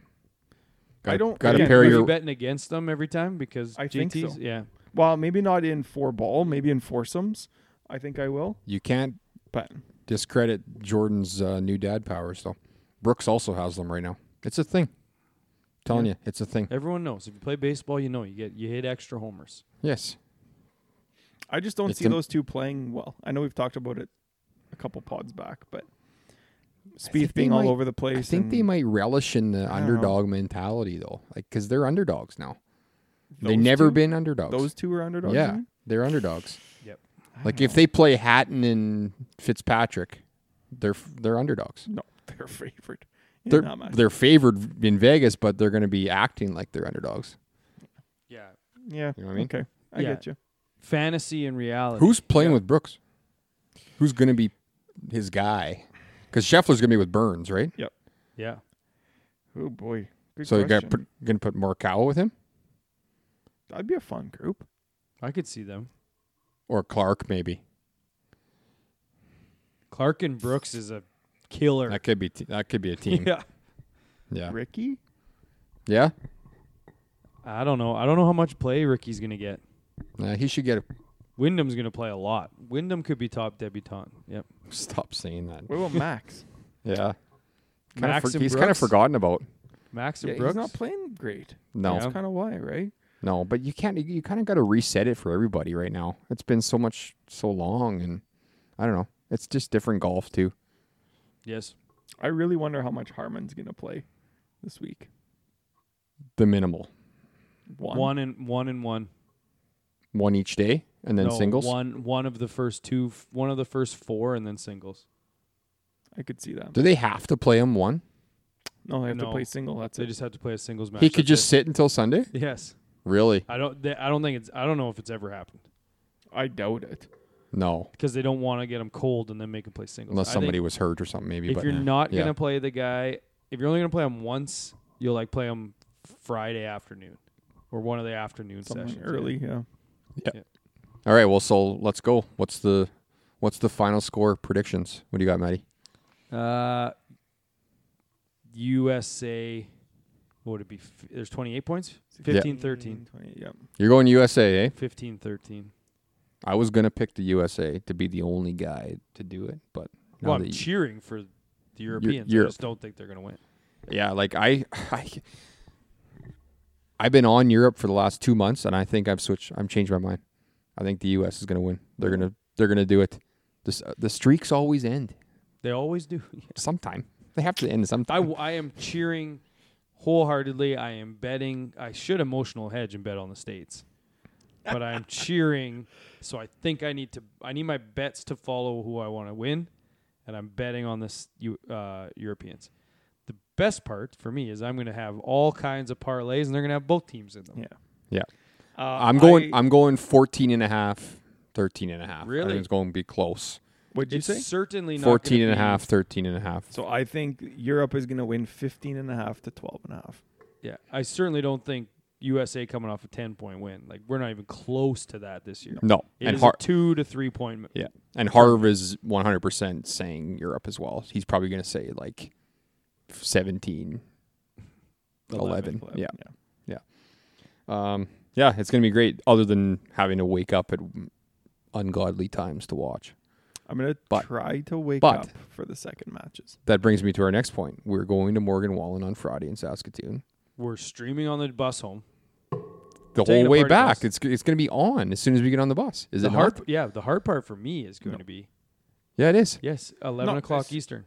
Speaker 3: I don't-
Speaker 2: got to
Speaker 3: again,
Speaker 2: pair
Speaker 1: Are
Speaker 3: Very-
Speaker 1: you
Speaker 2: your
Speaker 1: betting against them every time because
Speaker 3: I think
Speaker 1: GT's?
Speaker 3: so.
Speaker 1: Yeah,
Speaker 3: Well, maybe not in four ball. Maybe in foursomes. I think I will.
Speaker 2: you can't
Speaker 3: But
Speaker 2: discredit Jordan's uh, new dad powers though. Brooks also has them right now. It's a thing. telling you, it's a thing.
Speaker 1: everyone knows if you play baseball, you know you get you hit extra homers.
Speaker 2: Yes.
Speaker 3: I just don't
Speaker 2: It's
Speaker 3: see
Speaker 2: an-
Speaker 3: those two playing well. I know we've talked about it a couple pods back, but
Speaker 2: they
Speaker 3: Spieth being all
Speaker 2: might-
Speaker 3: over the place.
Speaker 2: I think they
Speaker 3: and
Speaker 2: might relish in the
Speaker 3: I don't know.
Speaker 2: underdog mentality though, like because they're underdogs now. They've
Speaker 3: those
Speaker 2: never
Speaker 3: two-
Speaker 2: been underdogs.
Speaker 3: Those two are underdogs.
Speaker 2: yeah,
Speaker 3: you
Speaker 2: they're underdogs.
Speaker 1: Yep.
Speaker 3: I
Speaker 2: Like
Speaker 3: don't [laughs]
Speaker 2: if they play Hatton and Fitzpatrick, they're f- they're underdogs.
Speaker 3: mean? no, they're favored. in
Speaker 2: They're
Speaker 3: that match.
Speaker 2: they're favored in Vegas, but they're going to be acting like they're underdogs.
Speaker 1: Yeah,
Speaker 3: yeah.
Speaker 2: You know what I mean?
Speaker 3: Okay, I
Speaker 1: Yeah.
Speaker 3: get you.
Speaker 1: fantasy and reality.
Speaker 2: Who's playing with Brooks? Who's going to be his guy? Because Scheffler's going to be with Burns, right?
Speaker 1: Yeah,
Speaker 3: Oh boy, good
Speaker 2: so you're
Speaker 3: question.
Speaker 2: going to put Morikawa with him
Speaker 3: That'd be a fun group.
Speaker 1: I could see them.
Speaker 2: or Clark maybe.
Speaker 1: Clark and Brooks is a killer. [laughs]
Speaker 2: That could be t- that could be a
Speaker 3: [laughs]
Speaker 2: team.
Speaker 1: yeah.
Speaker 2: yeah,
Speaker 3: Ricky,
Speaker 2: yeah.
Speaker 1: I don't know. I don't know how much play Ricky's gonna get.
Speaker 2: Nah, he should get a
Speaker 1: Wyndham's gonna play a lot. Wyndham could be top debutant. Yep.
Speaker 2: Stop saying that. [laughs]
Speaker 3: what about Max?
Speaker 2: Yeah. Kinda
Speaker 1: Max
Speaker 2: for-
Speaker 1: and
Speaker 2: he's kind
Speaker 1: Brooks?
Speaker 2: of forgotten about.
Speaker 1: Max and
Speaker 3: yeah,
Speaker 1: Brooks.
Speaker 3: he's not playing great.
Speaker 2: No,
Speaker 1: Yeah.
Speaker 3: That's kind of why, right?
Speaker 2: no, but you can't. You kind of got to reset it for everybody right now. It's been so much, so long, and I don't know. It's just different golf too.
Speaker 1: yes.
Speaker 3: I really wonder how much Harmon's gonna play this week.
Speaker 2: The minimal
Speaker 3: One.
Speaker 1: One. and one and one.
Speaker 2: one each day, and then
Speaker 1: No,
Speaker 2: singles.
Speaker 1: One one of the first two. f- One of the first four, and then singles.
Speaker 3: I could see that.
Speaker 2: Do they have to play him one?
Speaker 3: No, they have to
Speaker 1: No.
Speaker 3: play single. That's
Speaker 1: They
Speaker 3: it.
Speaker 1: just have to play a singles match.
Speaker 2: he could
Speaker 1: That's
Speaker 2: just sit until Sunday.
Speaker 1: it. Yes.
Speaker 2: Really?
Speaker 1: I don't. They, I don't think it's. I don't know if it's ever happened
Speaker 3: I doubt it.
Speaker 2: No,
Speaker 1: because they don't want to get him cold and then make him play singles.
Speaker 2: unless
Speaker 1: I
Speaker 2: somebody
Speaker 1: think
Speaker 2: was hurt or something. Maybe.
Speaker 1: If
Speaker 2: but
Speaker 1: you're not
Speaker 2: yeah.
Speaker 1: gonna play the guy, if you're only gonna play him once, you'll like play him Friday afternoon or one of the afternoon
Speaker 3: Something
Speaker 1: sessions. yeah.
Speaker 3: early. Yeah.
Speaker 2: All right. Well, so let's go. What's the What's the final score predictions? What do you got, Matty?
Speaker 1: Uh, USA. What would it be? F- There's 28 points. 15, 13.
Speaker 3: 20, yeah.
Speaker 2: You're going USA, eh?
Speaker 1: 15, 13.
Speaker 2: I was gonna pick the USA to be the only guy to do it, but now
Speaker 1: Well, I'm
Speaker 2: that you-
Speaker 1: cheering for the Europeans. I
Speaker 2: Europe.
Speaker 1: just don't think they're going to win.
Speaker 2: yeah, like I, [sighs] I, I've been on Europe for the last two months, and I think I've switched. I'm changed my mind. I think the US is gonna win. They're gonna they're gonna do it. This, uh, the streaks always end
Speaker 1: They always do. [laughs]
Speaker 2: sometime. They have to end
Speaker 1: I,
Speaker 2: sometime.
Speaker 1: w- I am cheering wholeheartedly. I am betting. I should emotional hedge and bet on the States. But I am cheering. So I think I need to. I need my bets to follow who I want to win. And I'm betting on this Eu- uh, Europeans. The best part for me is I'm going to have all kinds of parlays and they're going to have both teams in them.
Speaker 3: Yeah.
Speaker 2: Yeah.
Speaker 3: Uh,
Speaker 2: I'm going. I, am going 14 and a half, 13 and a half. I
Speaker 1: Really?
Speaker 2: think it's going to be close.
Speaker 3: What'd you
Speaker 1: It's
Speaker 3: say?
Speaker 1: certainly not
Speaker 2: 14
Speaker 1: gonna
Speaker 2: and a
Speaker 1: be-
Speaker 2: half, 13 and a half.
Speaker 3: So I think Europe is going to win 15 and a half to 12 and a half.
Speaker 1: Yeah, I certainly don't think USA coming off a ten point win. Like we're not even close to that this year.
Speaker 2: No,
Speaker 1: It
Speaker 2: and
Speaker 1: is
Speaker 2: Har-
Speaker 1: a two to three point.
Speaker 2: yeah, and Harv is 100 percent saying Europe as well. He's probably going to say like 17, 11. Yeah, um, yeah, it's going to be great. Other than having to wake up at ungodly times to watch.
Speaker 3: I'm gonna
Speaker 2: But-
Speaker 3: try to wake
Speaker 2: but-
Speaker 3: up for the second matches.
Speaker 2: That brings me to our next point. We're going to Morgan Wallen on Friday in Saskatoon.
Speaker 1: We're streaming on the bus home.
Speaker 2: The
Speaker 1: Taking
Speaker 2: whole
Speaker 1: a
Speaker 2: way
Speaker 1: party
Speaker 2: back,
Speaker 1: bus.
Speaker 2: it's it's going to be on as soon as we get on the bus. Is
Speaker 1: the
Speaker 2: it not?
Speaker 1: hard? Yeah, the hard part for me is going to be
Speaker 2: Yeah, it is.
Speaker 1: yes, eleven
Speaker 3: No,
Speaker 1: o'clock
Speaker 3: it's-
Speaker 1: Eastern.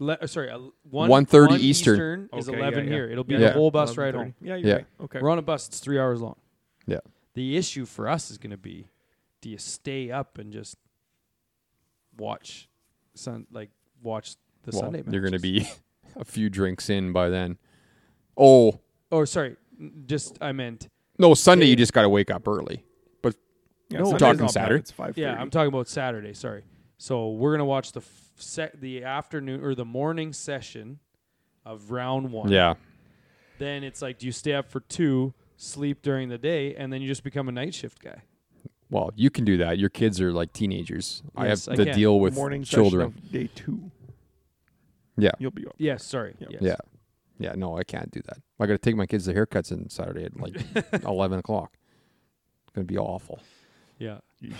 Speaker 1: Le- uh, sorry, uh, one
Speaker 2: 1:30
Speaker 1: one
Speaker 2: Eastern.
Speaker 1: is
Speaker 3: Okay, yeah,
Speaker 1: eleven
Speaker 3: yeah.
Speaker 1: here. It'll be
Speaker 2: Yeah.
Speaker 1: the whole bus ride home.
Speaker 3: 11:30. Yeah, you're
Speaker 2: Yeah.
Speaker 3: right. Okay.
Speaker 1: We're on a bus. It's three hours long.
Speaker 2: Yeah.
Speaker 1: The issue for us is going to be, do you stay up and just watch, sun like watch the
Speaker 2: Well,
Speaker 1: Sunday match?
Speaker 2: You're going to be [laughs] a few drinks in by then. Oh
Speaker 1: Or sorry, n- just I meant.
Speaker 2: no, Sunday you just got to wake up early. But
Speaker 3: Yeah,
Speaker 1: No,
Speaker 3: Sunday's
Speaker 2: talking
Speaker 3: not bad.
Speaker 2: Saturday.
Speaker 3: It's five.
Speaker 1: Yeah, I'm talking about Saturday. Sorry. So we're going to watch the f- se- the afternoon or the morning session of round one.
Speaker 2: yeah,
Speaker 1: Then it's like, do you stay up for two, sleep during the day, and then you just become a night shift guy?
Speaker 2: well, you can do that. Your kids are like teenagers. I have
Speaker 1: Yes, I
Speaker 2: to
Speaker 1: can.
Speaker 2: deal with
Speaker 3: morning session
Speaker 2: children.
Speaker 3: of day two.
Speaker 2: Yeah.
Speaker 3: you'll be up.
Speaker 1: Yes. Sorry.
Speaker 3: Yep.
Speaker 1: Yes.
Speaker 2: Yeah. Yeah, no, I can't do that. I got to take my kids to haircuts on Saturday at
Speaker 1: [laughs]
Speaker 2: like 11 o'clock. It's going to be awful.
Speaker 1: Yeah.
Speaker 3: Yeesh.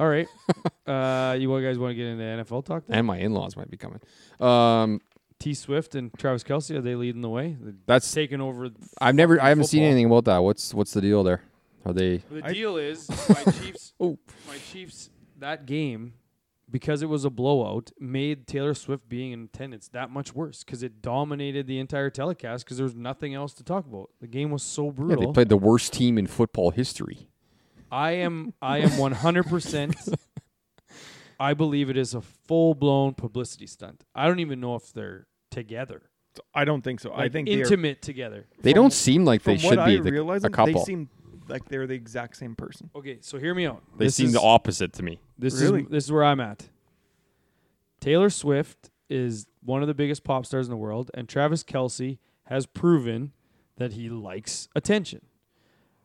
Speaker 1: All right. [laughs] uh, you guys want to get into NFL talk? Then?
Speaker 2: And my in laws might be coming. Um,
Speaker 1: T Swift and Travis Kelsey are they leading the way? They're
Speaker 2: that's,
Speaker 1: taking over. th-
Speaker 2: I've never, I haven't seen
Speaker 1: Football.
Speaker 2: anything about that. What's, what's the deal there? Are they,
Speaker 1: The
Speaker 3: I-
Speaker 1: deal
Speaker 2: [laughs]
Speaker 1: is my Chiefs.
Speaker 2: Oh.
Speaker 1: My Chiefs that game because it was a blowout made Taylor Swift being in attendance that much worse because it dominated the entire telecast because there was nothing else to talk about. The game was so
Speaker 2: yeah,
Speaker 1: brutal.
Speaker 2: they played the worst team in football history.
Speaker 1: I am I am
Speaker 2: [laughs]
Speaker 1: 100%. I believe it is a full-blown publicity stunt. I don't even know if they're together.
Speaker 3: So I don't think so. I
Speaker 1: Like,
Speaker 3: think they're
Speaker 1: intimate together.
Speaker 2: They
Speaker 3: From-
Speaker 2: don't seem like
Speaker 3: From
Speaker 2: they should
Speaker 3: what
Speaker 2: be
Speaker 3: I
Speaker 2: the,
Speaker 3: realize,
Speaker 2: a
Speaker 3: They
Speaker 2: couple.
Speaker 3: seem like they're the exact same person.
Speaker 1: Okay, so hear me out.
Speaker 2: They
Speaker 1: This
Speaker 2: seem
Speaker 1: is-
Speaker 2: the opposite to me.
Speaker 1: This
Speaker 3: Really?
Speaker 1: is this is where I'm at. Taylor Swift is one of the biggest pop stars in the world, and Travis Kelsey has proven that he likes attention.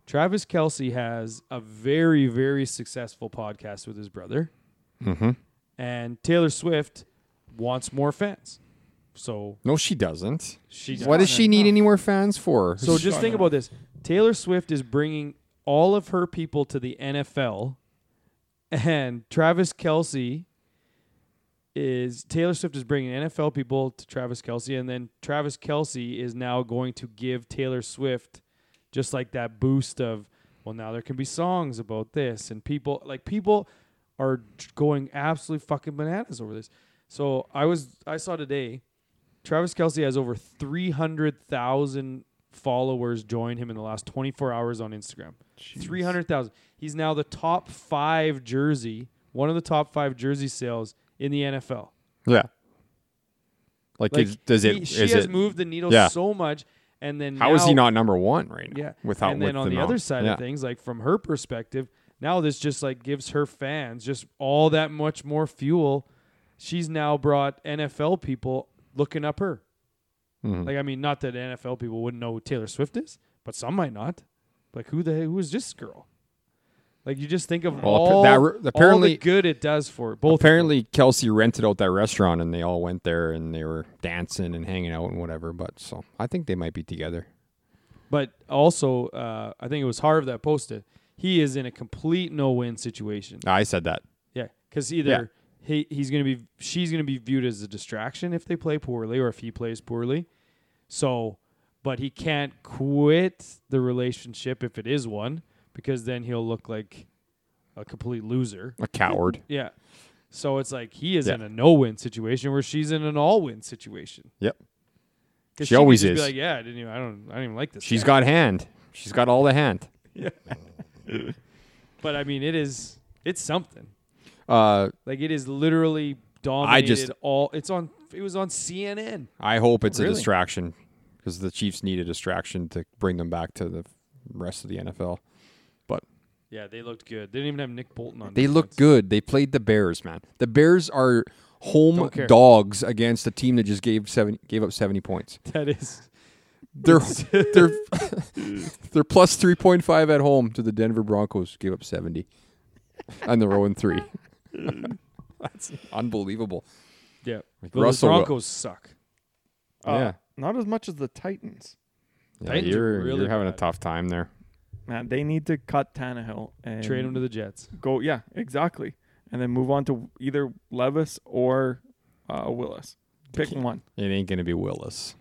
Speaker 1: Travis Kelsey has a very, very successful podcast with his brother,
Speaker 2: Mm-hmm.
Speaker 1: and Taylor Swift wants more fans. So
Speaker 2: No, she doesn't.
Speaker 1: she
Speaker 2: What does she need
Speaker 3: enough.
Speaker 2: any more fans for?
Speaker 1: So just
Speaker 3: Shut
Speaker 1: think
Speaker 3: up.
Speaker 1: about this. Taylor Swift is bringing all of her people to the NFL, and Travis Kelsey is Taylor Swift is bringing NFL people to Travis Kelsey, and then Travis Kelsey is now going to give Taylor Swift just like that boost of well now there can be songs about this and people like people are going absolutely fucking bananas over this. So I was I saw today Travis Kelsey has over 300,000 followers join him in the last 24 hours on Instagram. 300,000. He's now the top five jersey, one of the top five jersey sales in the NFL.
Speaker 2: yeah. Like,
Speaker 1: Like
Speaker 2: is, does it?
Speaker 1: he-
Speaker 2: Is
Speaker 1: she has
Speaker 2: it?
Speaker 1: moved the needle
Speaker 2: Yeah.
Speaker 1: so much, and then
Speaker 2: How is he
Speaker 1: now-
Speaker 2: not number one right now?
Speaker 1: Yeah.
Speaker 2: Without
Speaker 1: and then
Speaker 2: with
Speaker 1: on the,
Speaker 2: amount?
Speaker 1: other side
Speaker 2: yeah.
Speaker 1: of things, like from her perspective, now this just like gives her fans just all that much more fuel. She's now brought NFL people looking up her.
Speaker 2: Mhm.
Speaker 1: Like I mean, not that NFL people wouldn't know who Taylor Swift is, but some might not. Like who the who is this girl? Like you just think of
Speaker 2: Well, appa-
Speaker 1: all,
Speaker 2: that re-
Speaker 1: all
Speaker 2: apparently-
Speaker 1: the good it does for both. of them.
Speaker 2: Apparently, Kelsey rented out that restaurant, and they all went there, and they were dancing and hanging out and whatever. But so I think they might be together.
Speaker 1: But also, uh, I think it was Harv that posted. He is in a complete no-win situation.
Speaker 2: I said that.
Speaker 1: Yeah, because either he he's gonna be she's gonna be viewed as a distraction if they play poorly or if he plays poorly. So, but he can't quit the relationship if it is one because then he'll look like a complete loser.
Speaker 2: A coward.
Speaker 1: Yeah. So it's like he is
Speaker 2: Yeah.
Speaker 1: in a no-win situation where she's in an all-win situation.
Speaker 2: Yep.
Speaker 1: 'Cause
Speaker 2: She
Speaker 1: could
Speaker 2: always
Speaker 1: just
Speaker 2: is.
Speaker 1: Be like, yeah, I didn't even, I don't I don't even like this.
Speaker 2: She's
Speaker 1: guy."
Speaker 2: got hand. She's got all the hand.
Speaker 1: But I mean, it is it's something.
Speaker 2: Uh,
Speaker 1: Like it is literally dominated
Speaker 2: just-
Speaker 1: all. It's on. It was on CNN.
Speaker 2: I hope it's a
Speaker 1: Really?
Speaker 2: distraction because the Chiefs need a distraction to bring them back to the rest of the NFL. But
Speaker 1: Yeah, they looked good. They didn't even have Nick Bolton on.
Speaker 2: They look good. They played the Bears, man. The Bears are home
Speaker 1: Don't care. [laughs]
Speaker 2: dogs against a team that just gave seven gave up seventy points.
Speaker 1: That is
Speaker 2: They're
Speaker 1: [laughs]
Speaker 2: they're they're plus three point five at home to the Denver Broncos. Gave up seventy, and they're zero
Speaker 1: [laughs]
Speaker 2: and three. That's unbelievable.
Speaker 1: Yeah. Well,
Speaker 2: Russell
Speaker 1: the
Speaker 2: Wil-
Speaker 1: Broncos suck.
Speaker 3: Uh,
Speaker 2: Yeah.
Speaker 3: Not as much as the Titans.
Speaker 2: Yeah,
Speaker 1: Titans are
Speaker 2: you're
Speaker 1: really
Speaker 2: you're having a
Speaker 1: bad.
Speaker 2: tough time there.
Speaker 3: Man, Uh, they need to cut Tannehill and
Speaker 1: Trade him to the Jets.
Speaker 3: go. Yeah, exactly. And then move on to either Levis or uh, Willis. Pick one.
Speaker 2: It ain't gonna be Willis.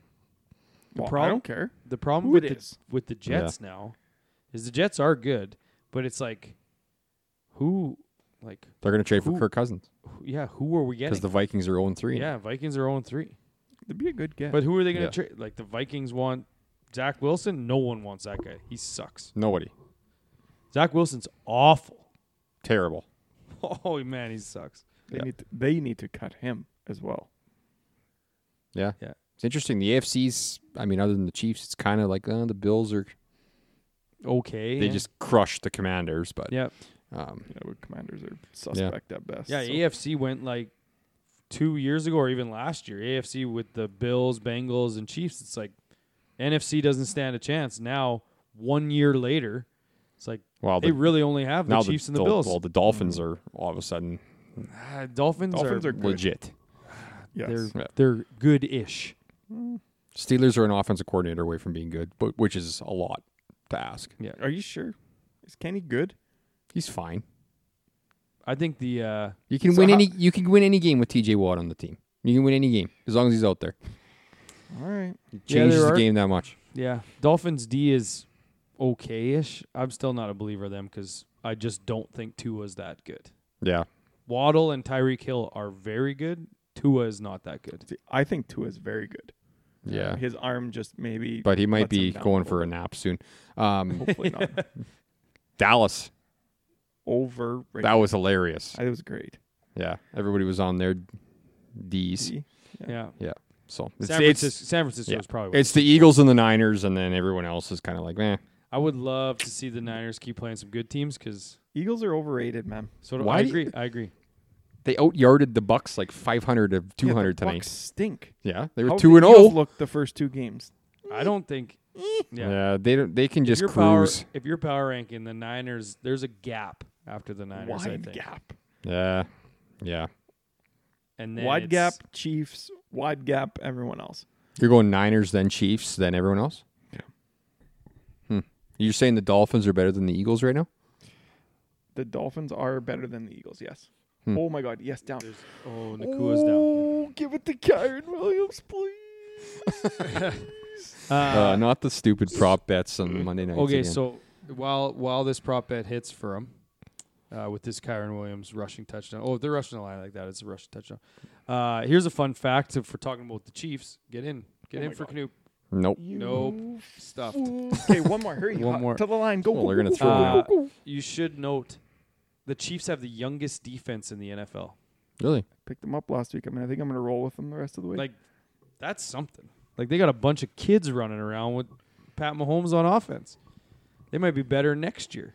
Speaker 3: Well, I
Speaker 1: problem-
Speaker 3: don't care.
Speaker 1: The problem
Speaker 3: Who
Speaker 1: with
Speaker 3: it
Speaker 1: the,
Speaker 3: is.
Speaker 1: with the Jets now is the Jets are good, but it's like who like
Speaker 2: They're gonna trade for
Speaker 1: Who-
Speaker 2: Kirk Cousins
Speaker 1: who- yeah, who are we getting?
Speaker 2: because the Vikings are zero and three.
Speaker 1: yeah, Vikings are 0 3.
Speaker 3: It'd be a good guess.
Speaker 1: But who are they going
Speaker 2: Yeah.
Speaker 1: to trade? Like the Vikings want Zach Wilson? No one wants that guy. He sucks.
Speaker 2: nobody.
Speaker 1: Zach Wilson's awful. [laughs]
Speaker 2: Terrible.
Speaker 1: Oh man, he sucks.
Speaker 3: they
Speaker 2: yeah.
Speaker 3: need to, they need to cut him as well.
Speaker 2: Yeah.
Speaker 1: Yeah.
Speaker 2: It's interesting. The AFC's. I mean, other than the Chiefs, it's kind of like uh, the Bills are.
Speaker 1: Okay.
Speaker 2: They
Speaker 1: yeah.
Speaker 2: just crushed the Commanders, but
Speaker 1: yeah.
Speaker 2: um,
Speaker 3: Yeah, but commanders are suspect at best.
Speaker 1: Yeah, E
Speaker 3: so-
Speaker 1: AFC went like two years ago or even last year. AFC with the Bills, Bengals, and Chiefs. It's like NFC doesn't stand a chance. Now, one year later, it's like
Speaker 2: well,
Speaker 1: they
Speaker 2: the
Speaker 1: really only have the
Speaker 2: now
Speaker 1: Chiefs
Speaker 2: the,
Speaker 1: and the Bills. Mm.
Speaker 2: Well, the Dolphins are all of a sudden
Speaker 1: Ah, Dolphins,
Speaker 3: Dolphins are good.
Speaker 2: legit.
Speaker 3: Yes.
Speaker 1: they're
Speaker 2: Yeah.
Speaker 1: they're good ish.
Speaker 2: Steelers are an offensive coordinator away from being good, but which is a lot to ask.
Speaker 3: Are you sure? Is Kenny good?
Speaker 2: He's fine.
Speaker 1: I think the uh,
Speaker 2: You can
Speaker 3: So
Speaker 2: win
Speaker 3: how-
Speaker 2: any. You can win any game with T.J. Watt on the team. You can win any game as long as he's out there.
Speaker 3: All right.
Speaker 2: It
Speaker 1: Yeah,
Speaker 2: changes
Speaker 1: there
Speaker 2: the
Speaker 1: are-
Speaker 2: game that much.
Speaker 1: yeah Dolphins D is okay ish. I'm still not a believer of them because I just don't think Tua's that good.
Speaker 2: Yeah,
Speaker 1: Waddle and Tyreek Hill are very good. Tua is not that good.
Speaker 3: See, I think Tua is very good.
Speaker 2: yeah.
Speaker 3: His arm just maybe.
Speaker 2: But he might
Speaker 3: lets him
Speaker 2: be
Speaker 3: down
Speaker 2: going
Speaker 3: a
Speaker 2: for a nap soon.
Speaker 3: [laughs]
Speaker 2: Um, [laughs]
Speaker 3: Hopefully not.
Speaker 2: Dallas.
Speaker 3: Overrated.
Speaker 2: That was hilarious.
Speaker 3: That was great.
Speaker 2: Yeah, everybody was on their D's.
Speaker 3: See?
Speaker 1: Yeah.
Speaker 2: So it's
Speaker 1: San
Speaker 2: it's,
Speaker 1: Francisco, San Francisco
Speaker 2: yeah.
Speaker 1: is probably.
Speaker 2: it's the Eagles and the Niners, and then everyone else is kind of like, eh.
Speaker 1: I would love to see the Niners keep playing some good teams because.
Speaker 3: Eagles are overrated, man.
Speaker 1: So do,
Speaker 2: Why
Speaker 1: I
Speaker 2: do
Speaker 1: agree. I agree.
Speaker 2: They outyarded the Bucks like 500 to
Speaker 3: Yeah, the
Speaker 2: 200 tonight.
Speaker 3: Bucks stink.
Speaker 2: Yeah, they were
Speaker 3: How
Speaker 2: two and oh.
Speaker 3: the Eagles
Speaker 2: zero.
Speaker 3: Looked the first two games.
Speaker 1: I don't think. Yeah.
Speaker 2: Yeah, they don't. They can
Speaker 1: If
Speaker 2: just
Speaker 1: you're power,
Speaker 2: cruise.
Speaker 1: if you're power ranking the Niners, there's a gap after the Niners. I
Speaker 3: Wide
Speaker 1: think.
Speaker 3: gap.
Speaker 2: Yeah, yeah.
Speaker 1: And then
Speaker 3: wide gap
Speaker 1: it's-
Speaker 3: Chiefs. Wide gap everyone else.
Speaker 2: You're going Niners, then Chiefs, then everyone else.
Speaker 3: Yeah.
Speaker 2: Hmm. You're saying the Dolphins are better than the Eagles right now?
Speaker 3: The Dolphins are better than the Eagles. Yes.
Speaker 2: Hmm.
Speaker 3: Oh my God. Yes, down.
Speaker 1: There's, oh, Nakua's down.
Speaker 3: Oh, Give it to Kyron Williams,
Speaker 1: [laughs]
Speaker 3: please.
Speaker 1: Uh,
Speaker 2: Uh, not the stupid prop bets on Monday night.
Speaker 1: okay, so while while this prop bet hits for him, uh, with this Kyron Williams rushing touchdown. Oh, if they're rushing the line like that. It's a rushing touchdown. Uh, here's a fun fact if we're talking about the Chiefs. Get in. Get
Speaker 3: Oh
Speaker 1: in
Speaker 3: my
Speaker 1: for
Speaker 3: God.
Speaker 1: Canoop.
Speaker 2: nope.
Speaker 3: You
Speaker 1: Nope. Stuffed.
Speaker 3: Okay, one more.
Speaker 2: [laughs]
Speaker 3: Hurry.
Speaker 1: One
Speaker 3: Hot-
Speaker 1: more.
Speaker 3: To the line. Go.
Speaker 2: Well,
Speaker 3: go,
Speaker 2: they're gonna
Speaker 3: go,
Speaker 2: throw
Speaker 3: go,
Speaker 2: it
Speaker 3: go,
Speaker 1: out.
Speaker 3: go, go.
Speaker 1: Uh, You should note the Chiefs have the youngest defense in the NFL.
Speaker 2: Really?
Speaker 3: Picked them up last week. I mean, I think I'm going to roll with them the rest of
Speaker 1: [laughs]
Speaker 3: the way.
Speaker 1: Like that's something. Like they got a bunch of kids running around with Pat Mahomes on offense. They might be better next year.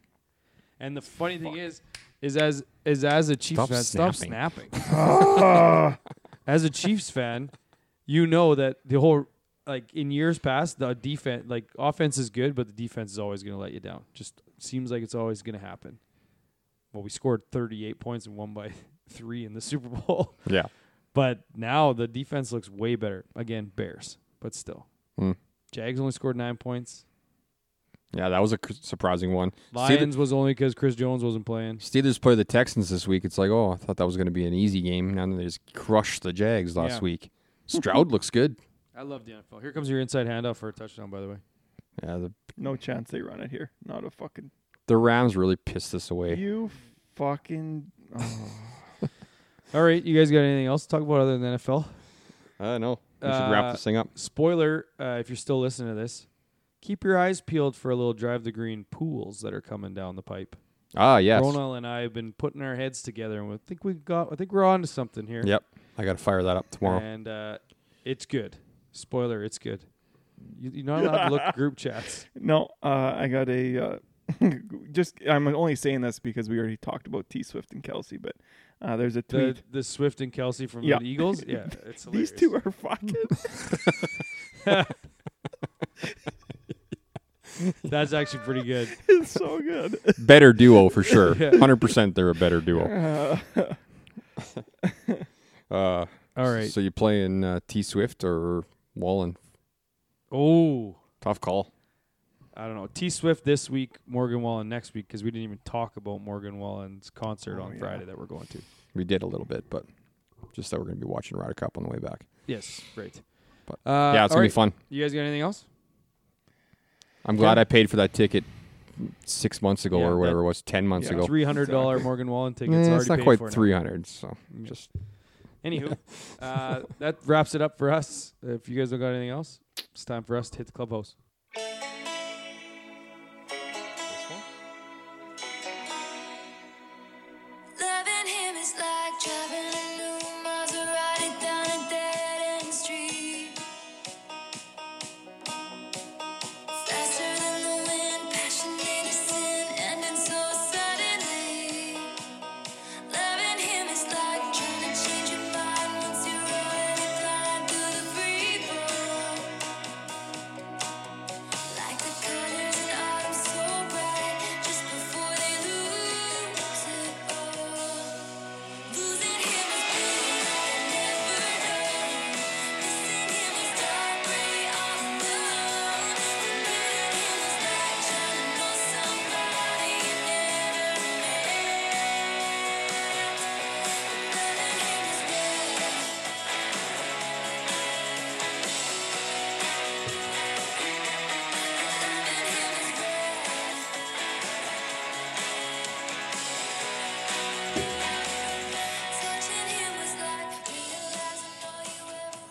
Speaker 1: And the funny thing is is as is as a Chiefs
Speaker 2: Stop
Speaker 1: fan, stop
Speaker 2: snapping. [laughs]
Speaker 1: snapping. as a Chiefs fan, you know that the whole like in years past, the defense like offense is good, but the defense is always going to let you down. Just seems like it's always going to happen. Well, we scored 38 points and won by [laughs] 3 in the Super Bowl. [laughs]
Speaker 2: Yeah.
Speaker 1: But now the defense looks way better. Again, Bears, but still.
Speaker 2: Hmm.
Speaker 1: Jags only scored nine points.
Speaker 2: Yeah, that was a cr- surprising one. Steelers,
Speaker 1: Lions was only because Chris Jones wasn't playing.
Speaker 2: Steelers play the Texans this week. It's like, oh, I thought that was going to be an easy game. Now they just crushed the Jags last
Speaker 1: Yeah.
Speaker 2: week. Stroud looks good.
Speaker 1: I love the NFL. Here comes your inside handoff for a touchdown, by the way.
Speaker 2: Yeah, the,
Speaker 3: [laughs] no chance they run it here. Not a fucking.
Speaker 2: the Rams really pissed this away.
Speaker 3: You fucking. Oh.
Speaker 1: All right, you guys got anything else to talk about other than NFL?
Speaker 2: I know. We should wrap
Speaker 1: Uh,
Speaker 2: this thing up.
Speaker 1: Spoiler, uh, if you're still listening to this, keep your eyes peeled for a little drive the green pools that are coming down the pipe.
Speaker 2: Ah, yes.
Speaker 1: Ronald and I have been putting our heads together, and we think we got. I think we're on to something here.
Speaker 2: Yep. I got to fire that up tomorrow.
Speaker 1: And uh, it's good. Spoiler, it's good. You, you're not allowed to look
Speaker 3: [laughs]
Speaker 1: at group chats.
Speaker 3: No, uh, I got a. Uh, [laughs] just I'm only saying this because we already talked about T Swift and Kelsey, but uh, there's a tweet.
Speaker 1: The the Swift and Kelsey from
Speaker 3: [laughs] Yeah. [laughs]
Speaker 1: the Eagles. Yeah, it's hilarious.
Speaker 3: These two are fucking.
Speaker 1: That's actually pretty
Speaker 3: [laughs]
Speaker 1: good.
Speaker 3: It's so good.
Speaker 2: better
Speaker 1: [laughs]
Speaker 2: duo for sure.
Speaker 1: Yeah.
Speaker 2: Hundred percent, they're a better duo.
Speaker 3: [laughs] Uh,
Speaker 2: Uh,
Speaker 1: All right.
Speaker 2: So you playing uh, T Swift or Wallen?
Speaker 1: Oh,
Speaker 2: Tough call.
Speaker 1: I don't know. T Swift this week, Morgan Wallen next week because we didn't even talk about Morgan Wallen's concert
Speaker 3: Oh,
Speaker 1: on
Speaker 3: yeah.
Speaker 1: Friday that we're going to.
Speaker 2: We did a little bit, but just that we're gonna be watching Ryder Cup on the way back.
Speaker 1: Yes, great.
Speaker 2: But-
Speaker 1: uh,
Speaker 2: yeah, it's
Speaker 1: all
Speaker 2: gonna be
Speaker 1: right.
Speaker 2: fun.
Speaker 1: You guys got anything else?
Speaker 2: I'm glad
Speaker 3: Yeah.
Speaker 2: I paid for that ticket six months ago
Speaker 1: Yeah,
Speaker 2: or
Speaker 1: that-
Speaker 2: whatever it was, ten months
Speaker 3: Yeah,
Speaker 2: ago.
Speaker 1: Three hundred dollar
Speaker 3: Exactly.
Speaker 1: Morgan Wallen tickets.
Speaker 2: Eh,
Speaker 1: already
Speaker 2: it's not
Speaker 1: paid
Speaker 2: quite
Speaker 1: for now.
Speaker 2: three hundred, so just [laughs]
Speaker 1: Anywho, uh, that wraps it up for us. If you guys don't got anything else, it's time for us to hit the clubhouse.